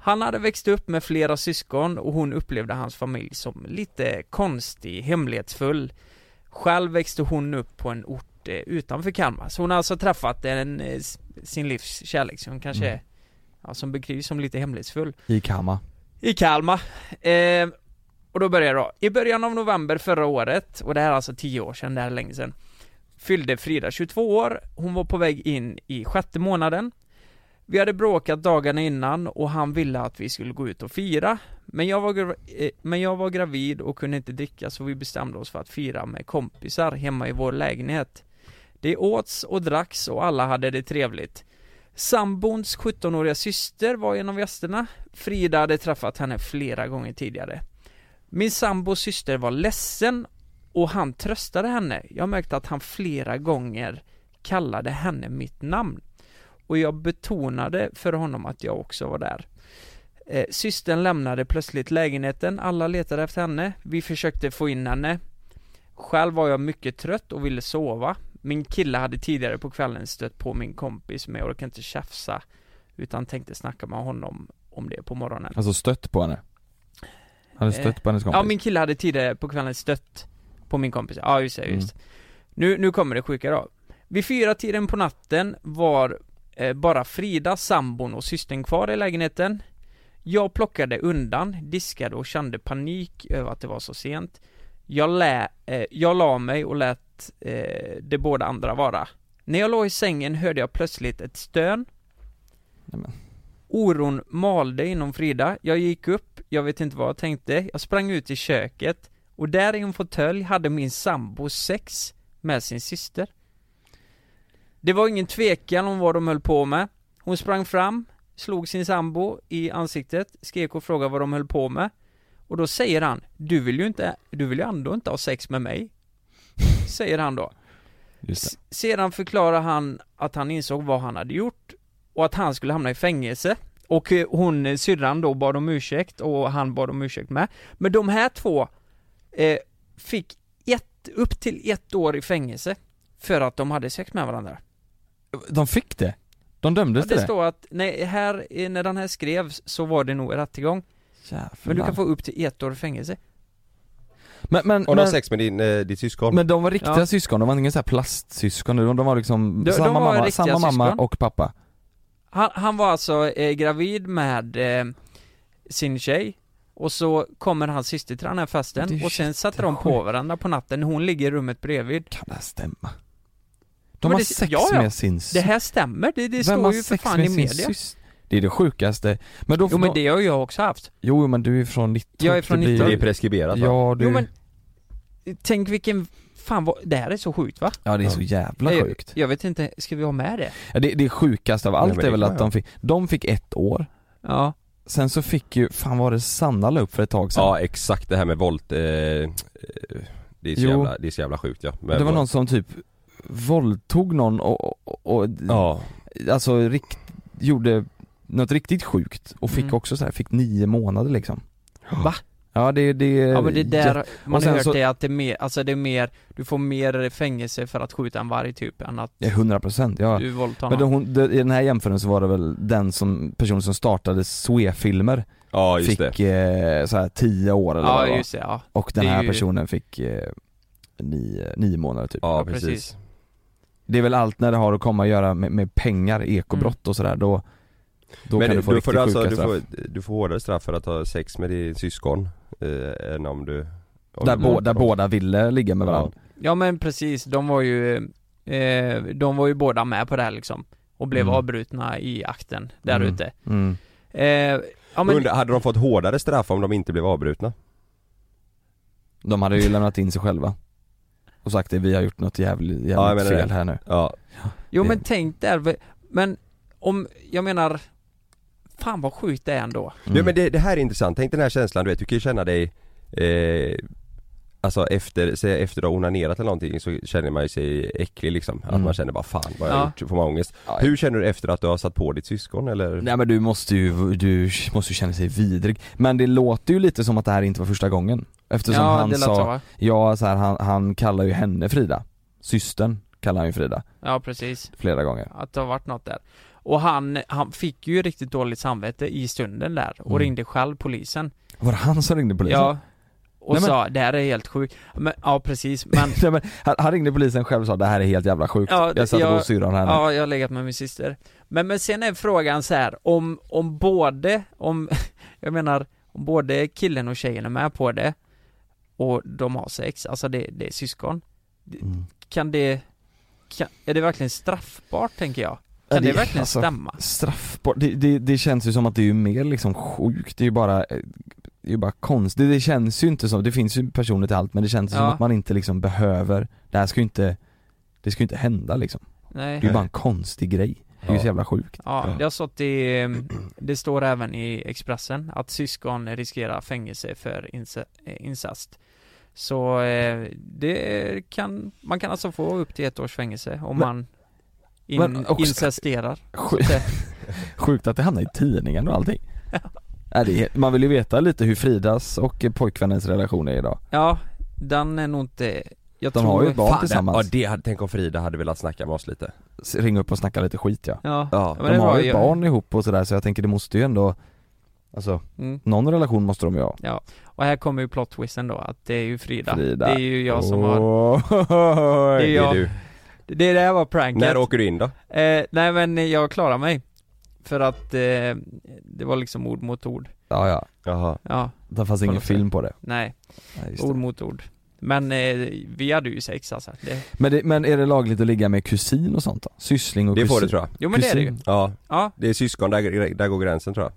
Speaker 6: Han hade växt upp med flera syskon och hon upplevde hans familj som lite konstig, hemlighetsfull. Själv växte hon upp på en ort eh, utanför Kalmar, så hon har alltså träffat en, eh, s- sin livs kärlek som kanske
Speaker 7: Mm.
Speaker 6: är, ja, som beskrivs som lite hemlighetsfull.
Speaker 7: I Kama.
Speaker 6: I Kalmar. Eh, och då börjar jag då. I början av november förra året, och det här är alltså 10 år sedan, det här är länge sedan, fyllde Frida 22 år. Hon var på väg in i sjätte månaden. Vi hade bråkat dagarna innan och han ville att vi skulle gå ut och fira. Men jag var, gra- eh, men jag var gravid och kunde inte dricka så vi bestämde oss för att fira med kompisar hemma i vår lägenhet. Det åts och dracks och alla hade det trevligt. Sambons 17-åriga syster var en av gästerna Frida hade träffat henne flera gånger tidigare. Min sambos syster var ledsen och han tröstade henne. Jag märkte att han flera gånger kallade henne mitt namn. Och jag betonade för honom att jag också var där. Eh, systern lämnade plötsligt lägenheten, alla letade efter henne. Vi försökte få in henne. Själv var jag mycket trött och ville sova. Min kille hade tidigare på kvällen stött på min kompis men jag orkade inte tjafsa utan tänkte snacka med honom om det på morgonen.
Speaker 7: Alltså stött på henne. Han hade stött på hennes kompis.
Speaker 6: Eh, Ja, min kille hade tidigare på kvällen stött på min kompis. Ja, just det, just
Speaker 7: Mm.
Speaker 6: det. nu, nu kommer det sjuka då. Vid fyra tiden på natten var eh, bara Frida, sambon och systern kvar i lägenheten. Jag plockade undan, diskade och kände panik över att det var så sent. Jag, lä, eh, jag la mig och lät eh, de båda andra vara. När jag låg i sängen hörde jag plötsligt ett stön.
Speaker 7: Nej, men.
Speaker 6: Oron malde inom Frida, jag gick upp, jag vet inte vad jag tänkte, jag sprang ut i köket och där i en fåtölj hade min sambo sex med sin syster. Det var ingen tvekan om vad de höll på med. Hon sprang fram, slog sin sambo i ansiktet, skrek och frågade vad de höll på med. Och då säger han, du vill ju inte, du vill ju ändå inte ha sex med mig. Säger han då.
Speaker 7: Just
Speaker 6: S- Sedan förklarar han att han insåg vad han hade gjort och att han skulle hamna i fängelse. Och eh, hon, eh, syrran då, bad om ursäkt och han bad om ursäkt med. Men de här två eh, fick ett, upp till ett år i fängelse för att de hade sex med varandra.
Speaker 7: det. De fick det? De dömdes
Speaker 6: Ja,
Speaker 7: till
Speaker 6: det
Speaker 7: det?
Speaker 6: står att, nej, här, eh, när den här skrevs så var det nog rättegång.
Speaker 7: Jävlar.
Speaker 6: Men du kan få upp till ett år i fängelse.
Speaker 7: men, men,
Speaker 4: Om du
Speaker 7: men,
Speaker 4: har sex med din, eh, ditt syskon?
Speaker 7: men de var riktiga
Speaker 6: Ja.
Speaker 7: syskon, de var inga så här plastsyskon, de de var liksom
Speaker 6: De- de
Speaker 7: samma,
Speaker 6: var
Speaker 7: mamma,
Speaker 6: riktiga
Speaker 7: samma mamma
Speaker 6: syskon.
Speaker 7: och pappa.
Speaker 6: Han, han var alltså eh, gravid med eh, sin tjej och så kommer hans syster till den här
Speaker 7: Det är
Speaker 6: festen
Speaker 7: ju
Speaker 6: och sen satte de på
Speaker 7: jättesjukt.
Speaker 6: varandra på natten. Hon ligger i rummet bredvid.
Speaker 7: Kan det här stämma? De
Speaker 6: Men
Speaker 7: har
Speaker 6: det-
Speaker 7: sex
Speaker 6: ja, ja.
Speaker 7: med sin syster.
Speaker 6: Det här stämmer, det, det
Speaker 7: Vem
Speaker 6: står
Speaker 7: har
Speaker 6: ju för
Speaker 7: sex
Speaker 6: fan
Speaker 7: med
Speaker 6: i
Speaker 7: sin
Speaker 6: media.
Speaker 7: syster? Det är det sjukaste. Men då,
Speaker 6: Jo men
Speaker 7: då,
Speaker 6: det har jag också haft.
Speaker 7: jo men du är från 19.
Speaker 6: Jag är från
Speaker 7: det blir-
Speaker 6: 19.
Speaker 4: Det är preskriberat va?
Speaker 7: Ja du,
Speaker 6: Jo men, tänk vilken, fan vad, det här är så sjukt va?
Speaker 7: ja det är så jävla
Speaker 6: Jag-
Speaker 7: sjukt.
Speaker 6: Jag vet inte, ska vi ha med det?
Speaker 7: Ja, det, det sjukaste av
Speaker 4: Nej,
Speaker 7: allt
Speaker 4: men
Speaker 7: är
Speaker 4: det
Speaker 7: väl
Speaker 4: kan
Speaker 7: att
Speaker 4: jag.
Speaker 7: de fick, de fick ett år,
Speaker 6: Ja.
Speaker 7: sen så fick ju, fan var det Sanna la upp för ett tag sedan?
Speaker 4: Ja exakt det här med volt eh, eh, det, är så
Speaker 7: Jo.
Speaker 4: jävla, det är så jävla sjukt ja Men
Speaker 7: det var
Speaker 4: vad-
Speaker 7: någon som typ våldtog någon och, och, och
Speaker 4: Ja,
Speaker 7: alltså rikt, gjorde något riktigt sjukt och fick
Speaker 6: Mm.
Speaker 7: också så här, fick nio månader liksom
Speaker 6: Va?
Speaker 7: Ja det, det
Speaker 6: Ja men det är där, man har
Speaker 7: Eh, sen
Speaker 6: hört
Speaker 7: så-
Speaker 6: det att det är mer, alltså det är mer, du får mer fängelse för att skjuta en varg typ än att
Speaker 7: Ja, 100% ja
Speaker 6: du våldtar
Speaker 7: Men då
Speaker 6: någon.
Speaker 7: hon, det, i den här jämförelsen var det väl den som, personen som startade Swefilmer
Speaker 4: ja just
Speaker 7: fick
Speaker 4: det
Speaker 7: eh, så här 10 år eller vad
Speaker 6: Ja
Speaker 7: det var.
Speaker 6: just det, ja.
Speaker 7: Och den
Speaker 6: det är
Speaker 7: här
Speaker 6: ju-
Speaker 7: personen fick eh, nio, nio månader typ
Speaker 4: Ja
Speaker 6: Ja,
Speaker 4: precis,
Speaker 6: precis.
Speaker 7: Det är väl allt när det har att komma att göra med, med pengar, ekobrott
Speaker 6: Mm.
Speaker 7: och sådär då då
Speaker 4: Men
Speaker 7: kan du få riktigt
Speaker 4: får alltså,
Speaker 7: sjuka
Speaker 4: du,
Speaker 7: straff
Speaker 4: får, du får hårdare straff för att ha sex med din syskon eh, än om du om
Speaker 7: Där,
Speaker 4: du-
Speaker 7: bå, där båda ville ligga med varandra
Speaker 6: Ja men precis, de var ju, eh, de var ju båda med på det här liksom. Och blev
Speaker 7: Mm.
Speaker 6: avbrutna i akten där
Speaker 7: Mm.
Speaker 6: ute.
Speaker 7: Mm.
Speaker 6: Eh, ja men,
Speaker 4: Undrar, hade de fått hårdare straff om de inte blev avbrutna?
Speaker 7: De hade ju lämnat in sig själva och sagt det, vi har gjort något jävligt, jävligt
Speaker 4: Ja, jag menar
Speaker 7: fel
Speaker 4: det.
Speaker 7: här nu
Speaker 4: Ja,
Speaker 6: jo men
Speaker 7: det-
Speaker 6: tänk där, men om, jag menar, fan vad sjukt det är ändå.
Speaker 7: Mm.
Speaker 4: Nu, men det, det här är intressant, tänk den här känslan du vet, du kan ju känna dig eh, Alltså efter, säg efter du har onanerat eller någonting så känner man ju sig äcklig liksom, att
Speaker 7: Mm.
Speaker 4: man känner bara fan vad har jag
Speaker 6: Ja.
Speaker 4: gjort, får man ångest
Speaker 7: Ja.
Speaker 4: Hur känner du efter att du har satt på ditt syskon eller?
Speaker 7: Nej men du måste ju, du måste ju känna sig vidrig Men det låter ju lite som att det här inte var första gången Eftersom
Speaker 6: ja
Speaker 7: han
Speaker 6: det lät så
Speaker 7: sa,
Speaker 6: va?
Speaker 7: ja så här, han, han kallar ju henne Frida Systern kallar han ju Frida
Speaker 6: Ja precis.
Speaker 7: flera gånger
Speaker 6: Att det har varit något där. Och han, han fick ju riktigt dåligt samvete i stunden där och
Speaker 7: Mm.
Speaker 6: ringde själv polisen.
Speaker 7: Var det han som ringde polisen?
Speaker 6: Ja. Och
Speaker 7: Nej, men-
Speaker 6: sa, det här är helt sjukt. Men, ja precis, men
Speaker 7: Nej, men han, han ringde polisen själv och sa det här är helt jävla sjukt
Speaker 6: Ja, det-
Speaker 7: Jag satte
Speaker 6: jag-
Speaker 7: på syrran här nu
Speaker 6: Ja, jag har legat med min syster. Men, men sen är frågan så här, om, om både, om, jag menar, om både killen och tjejen är med på det och de har sex, alltså det, det är syskon.
Speaker 7: Mm.
Speaker 6: Kan det, kan, är det verkligen straffbart tänker jag? Kan det, verkligen
Speaker 7: alltså,
Speaker 6: stämma?
Speaker 7: Straffbart, det, det, det känns ju som att det är ju mer liksom sjukt, det är ju bara eh, det är ju bara konstigt, det känns ju inte som, det finns ju personer till allt men det känns ju som
Speaker 6: Ja.
Speaker 7: att man inte liksom behöver, det här ska ju inte, det ska ju inte hända liksom. Det är ju
Speaker 6: Nej.
Speaker 7: bara en konstig grej, det är ju så jävla sjukt.
Speaker 6: Ja, det har stått i, eh, det står även i Expressen att syskon riskerar fängelse för inse- eh, incest. Så eh, det kan, man kan alltså få upp till ett års fängelse om
Speaker 7: Men-
Speaker 6: man in,
Speaker 7: men också-
Speaker 6: incesterar.
Speaker 7: Sju-
Speaker 6: Så det-
Speaker 7: Sjukt att det hamnar i tidningen och allting. Nej, det är, man vill ju veta lite hur Fridas och pojkvännens relation är idag.
Speaker 6: Ja, den är nog inte, jag
Speaker 7: De
Speaker 6: tror
Speaker 7: har ju ett barn
Speaker 4: Fan, det,
Speaker 7: tillsammans.
Speaker 4: ja, det, hade- tänk om Frida hade velat snacka med oss lite
Speaker 7: S- Ring upp och snacka lite skit ja.
Speaker 6: Ja,
Speaker 4: Ja,
Speaker 6: men
Speaker 7: De
Speaker 6: det
Speaker 7: har
Speaker 6: var
Speaker 7: ju
Speaker 6: ju-
Speaker 7: barn ihop och sådär så jag tänker det måste ju ändå, alltså
Speaker 6: Mm.
Speaker 7: någon relation måste de ju ha.
Speaker 6: Och här kommer ju plot twisten då, att det är ju Frida.
Speaker 7: Frida.
Speaker 6: Det är ju jag som har,
Speaker 7: har...
Speaker 6: Det är jag.
Speaker 4: Det är du.
Speaker 6: det där var pranket.
Speaker 4: När åker du in då?
Speaker 6: Eh, nej men jag klarar mig. För att eh, det var liksom ord mot ord.
Speaker 7: Ja, ja.
Speaker 4: Jaha
Speaker 6: Ja,
Speaker 7: Det fanns ingen
Speaker 6: Kolla på
Speaker 7: film på det.
Speaker 6: nej,
Speaker 7: Nej, just
Speaker 6: ord
Speaker 7: det.
Speaker 6: mot ord. Men eh, vi hade ju sex alltså. Det,
Speaker 7: Men, det, men är det lagligt att ligga med kusin och sånt då? Syssling och
Speaker 4: Det
Speaker 7: kusin?
Speaker 4: får du tror jag
Speaker 6: jo men det är det ju.
Speaker 7: Kusin.
Speaker 4: Ja,
Speaker 6: Ja,
Speaker 4: det är syskon, där, där går gränsen tror jag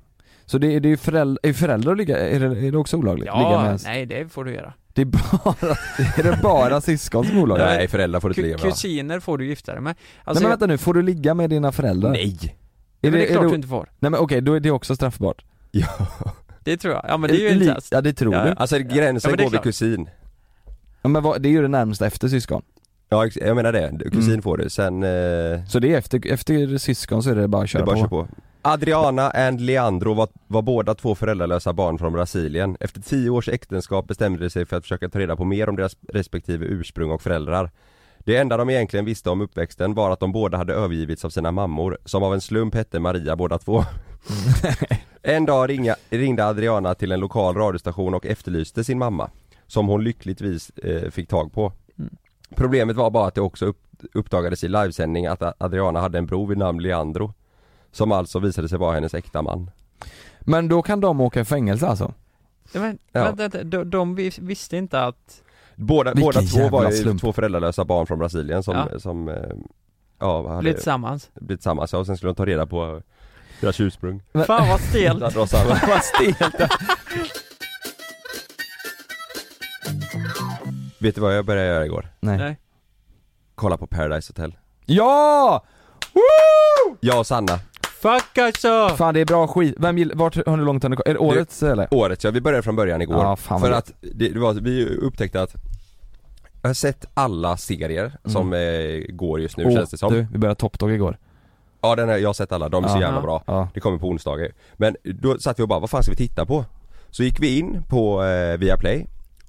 Speaker 7: Så det, är- det är ju föräldrar, är föräldrar att ligga, är det, är det också olagligt? ligga
Speaker 6: ja
Speaker 7: med,
Speaker 6: nej det får du göra.
Speaker 7: Det är bara, är det bara syskon som är olagligt?
Speaker 4: Nej föräldrar får inte
Speaker 6: Ku-
Speaker 4: ligga med
Speaker 6: kusiner får du gifta dig med.
Speaker 7: Nej
Speaker 6: Alltså,
Speaker 7: men
Speaker 6: jag-
Speaker 7: vänta nu, får du ligga med dina föräldrar?
Speaker 4: Nej!
Speaker 7: Är
Speaker 6: men det är klart
Speaker 7: är
Speaker 6: du inte får.
Speaker 7: Nej men okej, då är det också straffbart.
Speaker 4: Ja.
Speaker 6: Det tror jag. Ja men det är ju
Speaker 7: Li-
Speaker 6: incest.
Speaker 7: Ja det tror
Speaker 6: Ja,
Speaker 7: du.
Speaker 6: ja.
Speaker 4: Alltså gränsen
Speaker 6: Ja, men det är
Speaker 4: går vid
Speaker 6: klart.
Speaker 4: kusin
Speaker 7: Ja, men vad, det är ju det närmsta efter syskon.
Speaker 4: Ja ex- jag menar det, kusin
Speaker 7: Mm.
Speaker 4: får du, sen... Eh...
Speaker 7: Så det är efter, efter syskon så är det bara att
Speaker 4: Det
Speaker 7: köra
Speaker 4: är bara
Speaker 7: på.
Speaker 4: att köra på. Adriana and Leandro var, var båda två föräldralösa barn från Brasilien. Efter tio års äktenskap bestämde de sig för att försöka ta reda på mer om deras respektive ursprung och föräldrar. Det enda de egentligen visste om uppväxten var att de båda hade övergivits av sina mammor, som av en slump hette Maria båda två. en dag ringa, ringde Adriana till en lokal radiostation och efterlyste sin mamma, som hon lyckligtvis eh, fick tag på.
Speaker 7: Mm.
Speaker 4: Problemet var bara att det också upp, uppdagades i livesändning att A- Adriana hade en bror vid namn Leandro. Som alltså visade sig vara hennes äkta man.
Speaker 7: Men då kan de åka i fängelse alltså?
Speaker 6: Ja, men,
Speaker 4: Ja.
Speaker 6: Vänta, vänta, de, de vis- visste inte att
Speaker 4: Båda,
Speaker 7: Vilken
Speaker 4: båda två
Speaker 7: jävla
Speaker 4: var ju
Speaker 7: slump.
Speaker 4: två föräldralösa barn från Brasilien som,
Speaker 6: Ja.
Speaker 4: som eh, ja, hade
Speaker 6: Blir tillsammans.
Speaker 4: blivit samma och sen skulle de ta reda på eh, deras ursprung.
Speaker 6: Fan vad stelt.
Speaker 4: Hade de samma.
Speaker 7: Vad stelt!
Speaker 4: Vet du vad jag började göra igår?
Speaker 7: Nej.
Speaker 6: Nej.
Speaker 4: Kolla på Paradise Hotel.
Speaker 7: Ja! Woo!
Speaker 4: Jag och Sanna,
Speaker 6: Fuck alltså!
Speaker 7: Fan det är bra skit. Vem gillar, vart, hur långt har ni Är det årets eller?
Speaker 4: året ja, vi började från början igår.
Speaker 7: Ja, fan vad
Speaker 4: för
Speaker 7: gött.
Speaker 4: att det, det var, vi upptäckte att jag har sett alla serier som eh, går just nu
Speaker 7: Mm. Åh,
Speaker 4: känns det som.
Speaker 7: Du, vi började toppdog igår.
Speaker 4: Ja den här, jag har sett alla, de är så
Speaker 7: Ja.
Speaker 4: jävla bra.
Speaker 7: Ja.
Speaker 4: Det kommer på onsdagar. Men då satt vi och bara, vad fan ska vi titta på? Så gick vi in på eh, Viaplay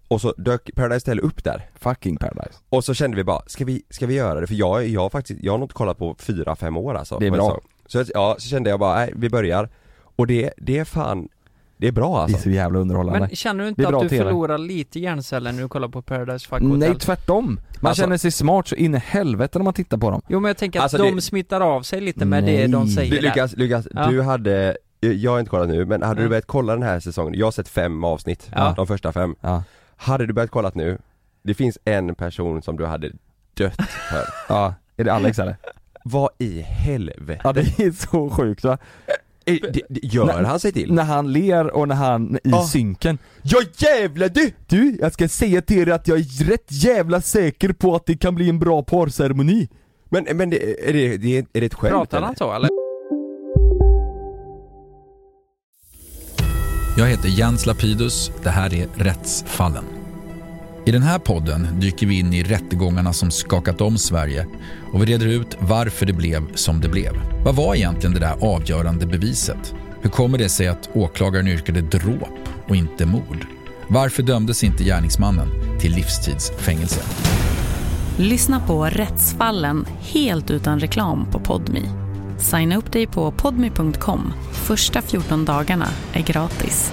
Speaker 4: och så dök Paradise Hotel upp där.
Speaker 7: Fucking paradise.
Speaker 4: Och så kände vi bara, ska vi, ska vi göra det? För jag, jag har faktiskt, jag har nog inte kollat på 4-5 år alltså.
Speaker 7: Det är bra.
Speaker 4: Så, jag- ja, så kände jag bara, nej vi börjar. Och det, det är fan, det är bra
Speaker 7: Det är
Speaker 4: alltså.
Speaker 7: så jävla underhållande.
Speaker 6: Men känner du
Speaker 7: Det är
Speaker 6: inte
Speaker 7: bra
Speaker 6: att du
Speaker 7: TV.
Speaker 6: förlorar lite hjärnceller när du kollar på Paradise Fuck Hotel?
Speaker 7: Nej tvärtom. Man
Speaker 4: Alltså-
Speaker 7: känner sig smart så in i helvete när man tittar på dem.
Speaker 6: Jo men jag tänker att
Speaker 4: Alltså,
Speaker 6: de
Speaker 4: det-
Speaker 6: smittar av sig lite med
Speaker 7: Nej.
Speaker 6: det de säger
Speaker 4: Du,
Speaker 6: där.
Speaker 4: Lukas, Lukas
Speaker 6: Ja.
Speaker 4: du hade, jag har inte kollat nu, men hade du
Speaker 6: Mm.
Speaker 4: börjat kolla den här säsongen, jag har sett fem avsnitt,
Speaker 6: Ja.
Speaker 4: de första fem.
Speaker 7: Ja.
Speaker 4: Hade du börjat kolla nu, det finns en person som du hade dött för.
Speaker 7: Ja. Är det Alex eller?
Speaker 4: Vad i helvete
Speaker 7: Ja det är så sjukt va?
Speaker 4: Eh, det, det, gör
Speaker 7: Nej.
Speaker 4: han sig till?
Speaker 7: När han ler och när han i
Speaker 4: Ja.
Speaker 7: synken.
Speaker 4: Ja jävlar du!
Speaker 7: Du, jag ska säga till er att jag är rätt jävla säker på att det kan bli en bra parceremoni.
Speaker 4: Men, men det, är, det, det, är det ett skämt
Speaker 6: Pratar
Speaker 4: eller?
Speaker 6: han så eller?
Speaker 8: Jag heter Jens Lapidus. Det här är Rättsfallen. I den här podden dyker vi in i rättegångarna som skakat om Sverige och vi reder ut varför det blev som det blev. Vad var egentligen det där avgörande beviset? Hur kommer det sig att åklagaren yrkade dråp och inte mord? Varför dömdes inte gärningsmannen till livstidsfängelse?
Speaker 9: Lyssna på Rättsfallen helt utan reklam på Podmi. Signa upp dig på podmi.com. Första 14 dagarna är gratis.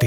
Speaker 10: Det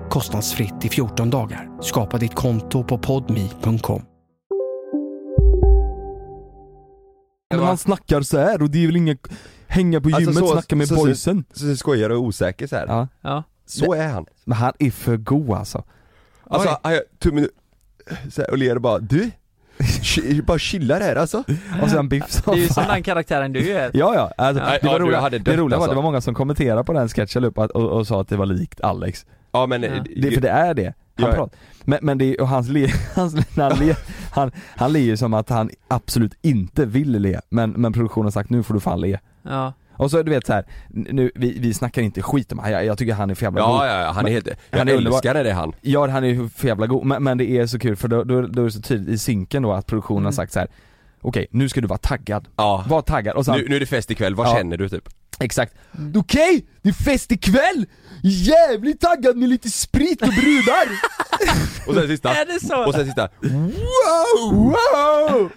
Speaker 10: kostnadsfritt i 14 dagar. Skapa ditt konto på podmi.com.
Speaker 7: Men han snackar så här och det är väl inga hänga på
Speaker 4: Alltså,
Speaker 7: gymmet,
Speaker 4: så-
Speaker 7: snacka med
Speaker 4: så-
Speaker 7: boysen.
Speaker 4: Så skojar och osäker så här.
Speaker 7: Ja.
Speaker 6: Ja.
Speaker 4: Så är han.
Speaker 7: Men han är för god alltså.
Speaker 4: Alltså, han gör tummen så här, och ler och bara du? Chi- bara chilla där alltså.
Speaker 7: Och sen biff som
Speaker 6: Det är ju som
Speaker 7: fan.
Speaker 6: den karaktären du är.
Speaker 7: Ja ja, alltså,
Speaker 4: Ja,
Speaker 7: det
Speaker 4: ja,
Speaker 7: var
Speaker 4: du
Speaker 7: roligt.
Speaker 4: hade
Speaker 7: det
Speaker 4: dött,
Speaker 7: roliga var att
Speaker 4: alltså.
Speaker 7: det var många som kommenterade på den sketchen upp att- och, och sa att det var likt Alex.
Speaker 4: Ja men, eh,
Speaker 6: Ja.
Speaker 7: Det, för det är det. Han
Speaker 4: Ja, ja.
Speaker 7: pratar. Men, men det är, och hans le, hans, när han, le, han, han ler ju som att han absolut inte vill le, men, men produktionen har sagt nu får du fan le.
Speaker 6: Ja.
Speaker 7: Och så du vet så här, nu, vi, vi snackar inte skit om han, jag, jag tycker han är för jävla god.
Speaker 4: Ja ja, ja, han är helt, jag
Speaker 7: han är underbar.
Speaker 4: älskar när det är han.
Speaker 7: Ja han är ju för jävla god, men, men det är så kul för då, då, då är det så tydligt i synken då att produktionen har sagt så här. Okej, nu ska du vara taggad.
Speaker 4: Ja.
Speaker 7: Var taggad och sen,
Speaker 4: Nu, nu är det fest ikväll, vad
Speaker 7: Ja.
Speaker 4: känner du typ?
Speaker 7: exakt. Okej, det är fest ikväll! Jävligt taggad med lite sprit och brudar!
Speaker 4: Och sen sista,
Speaker 6: Är det så?
Speaker 4: och sen sista,
Speaker 7: wow! Wow!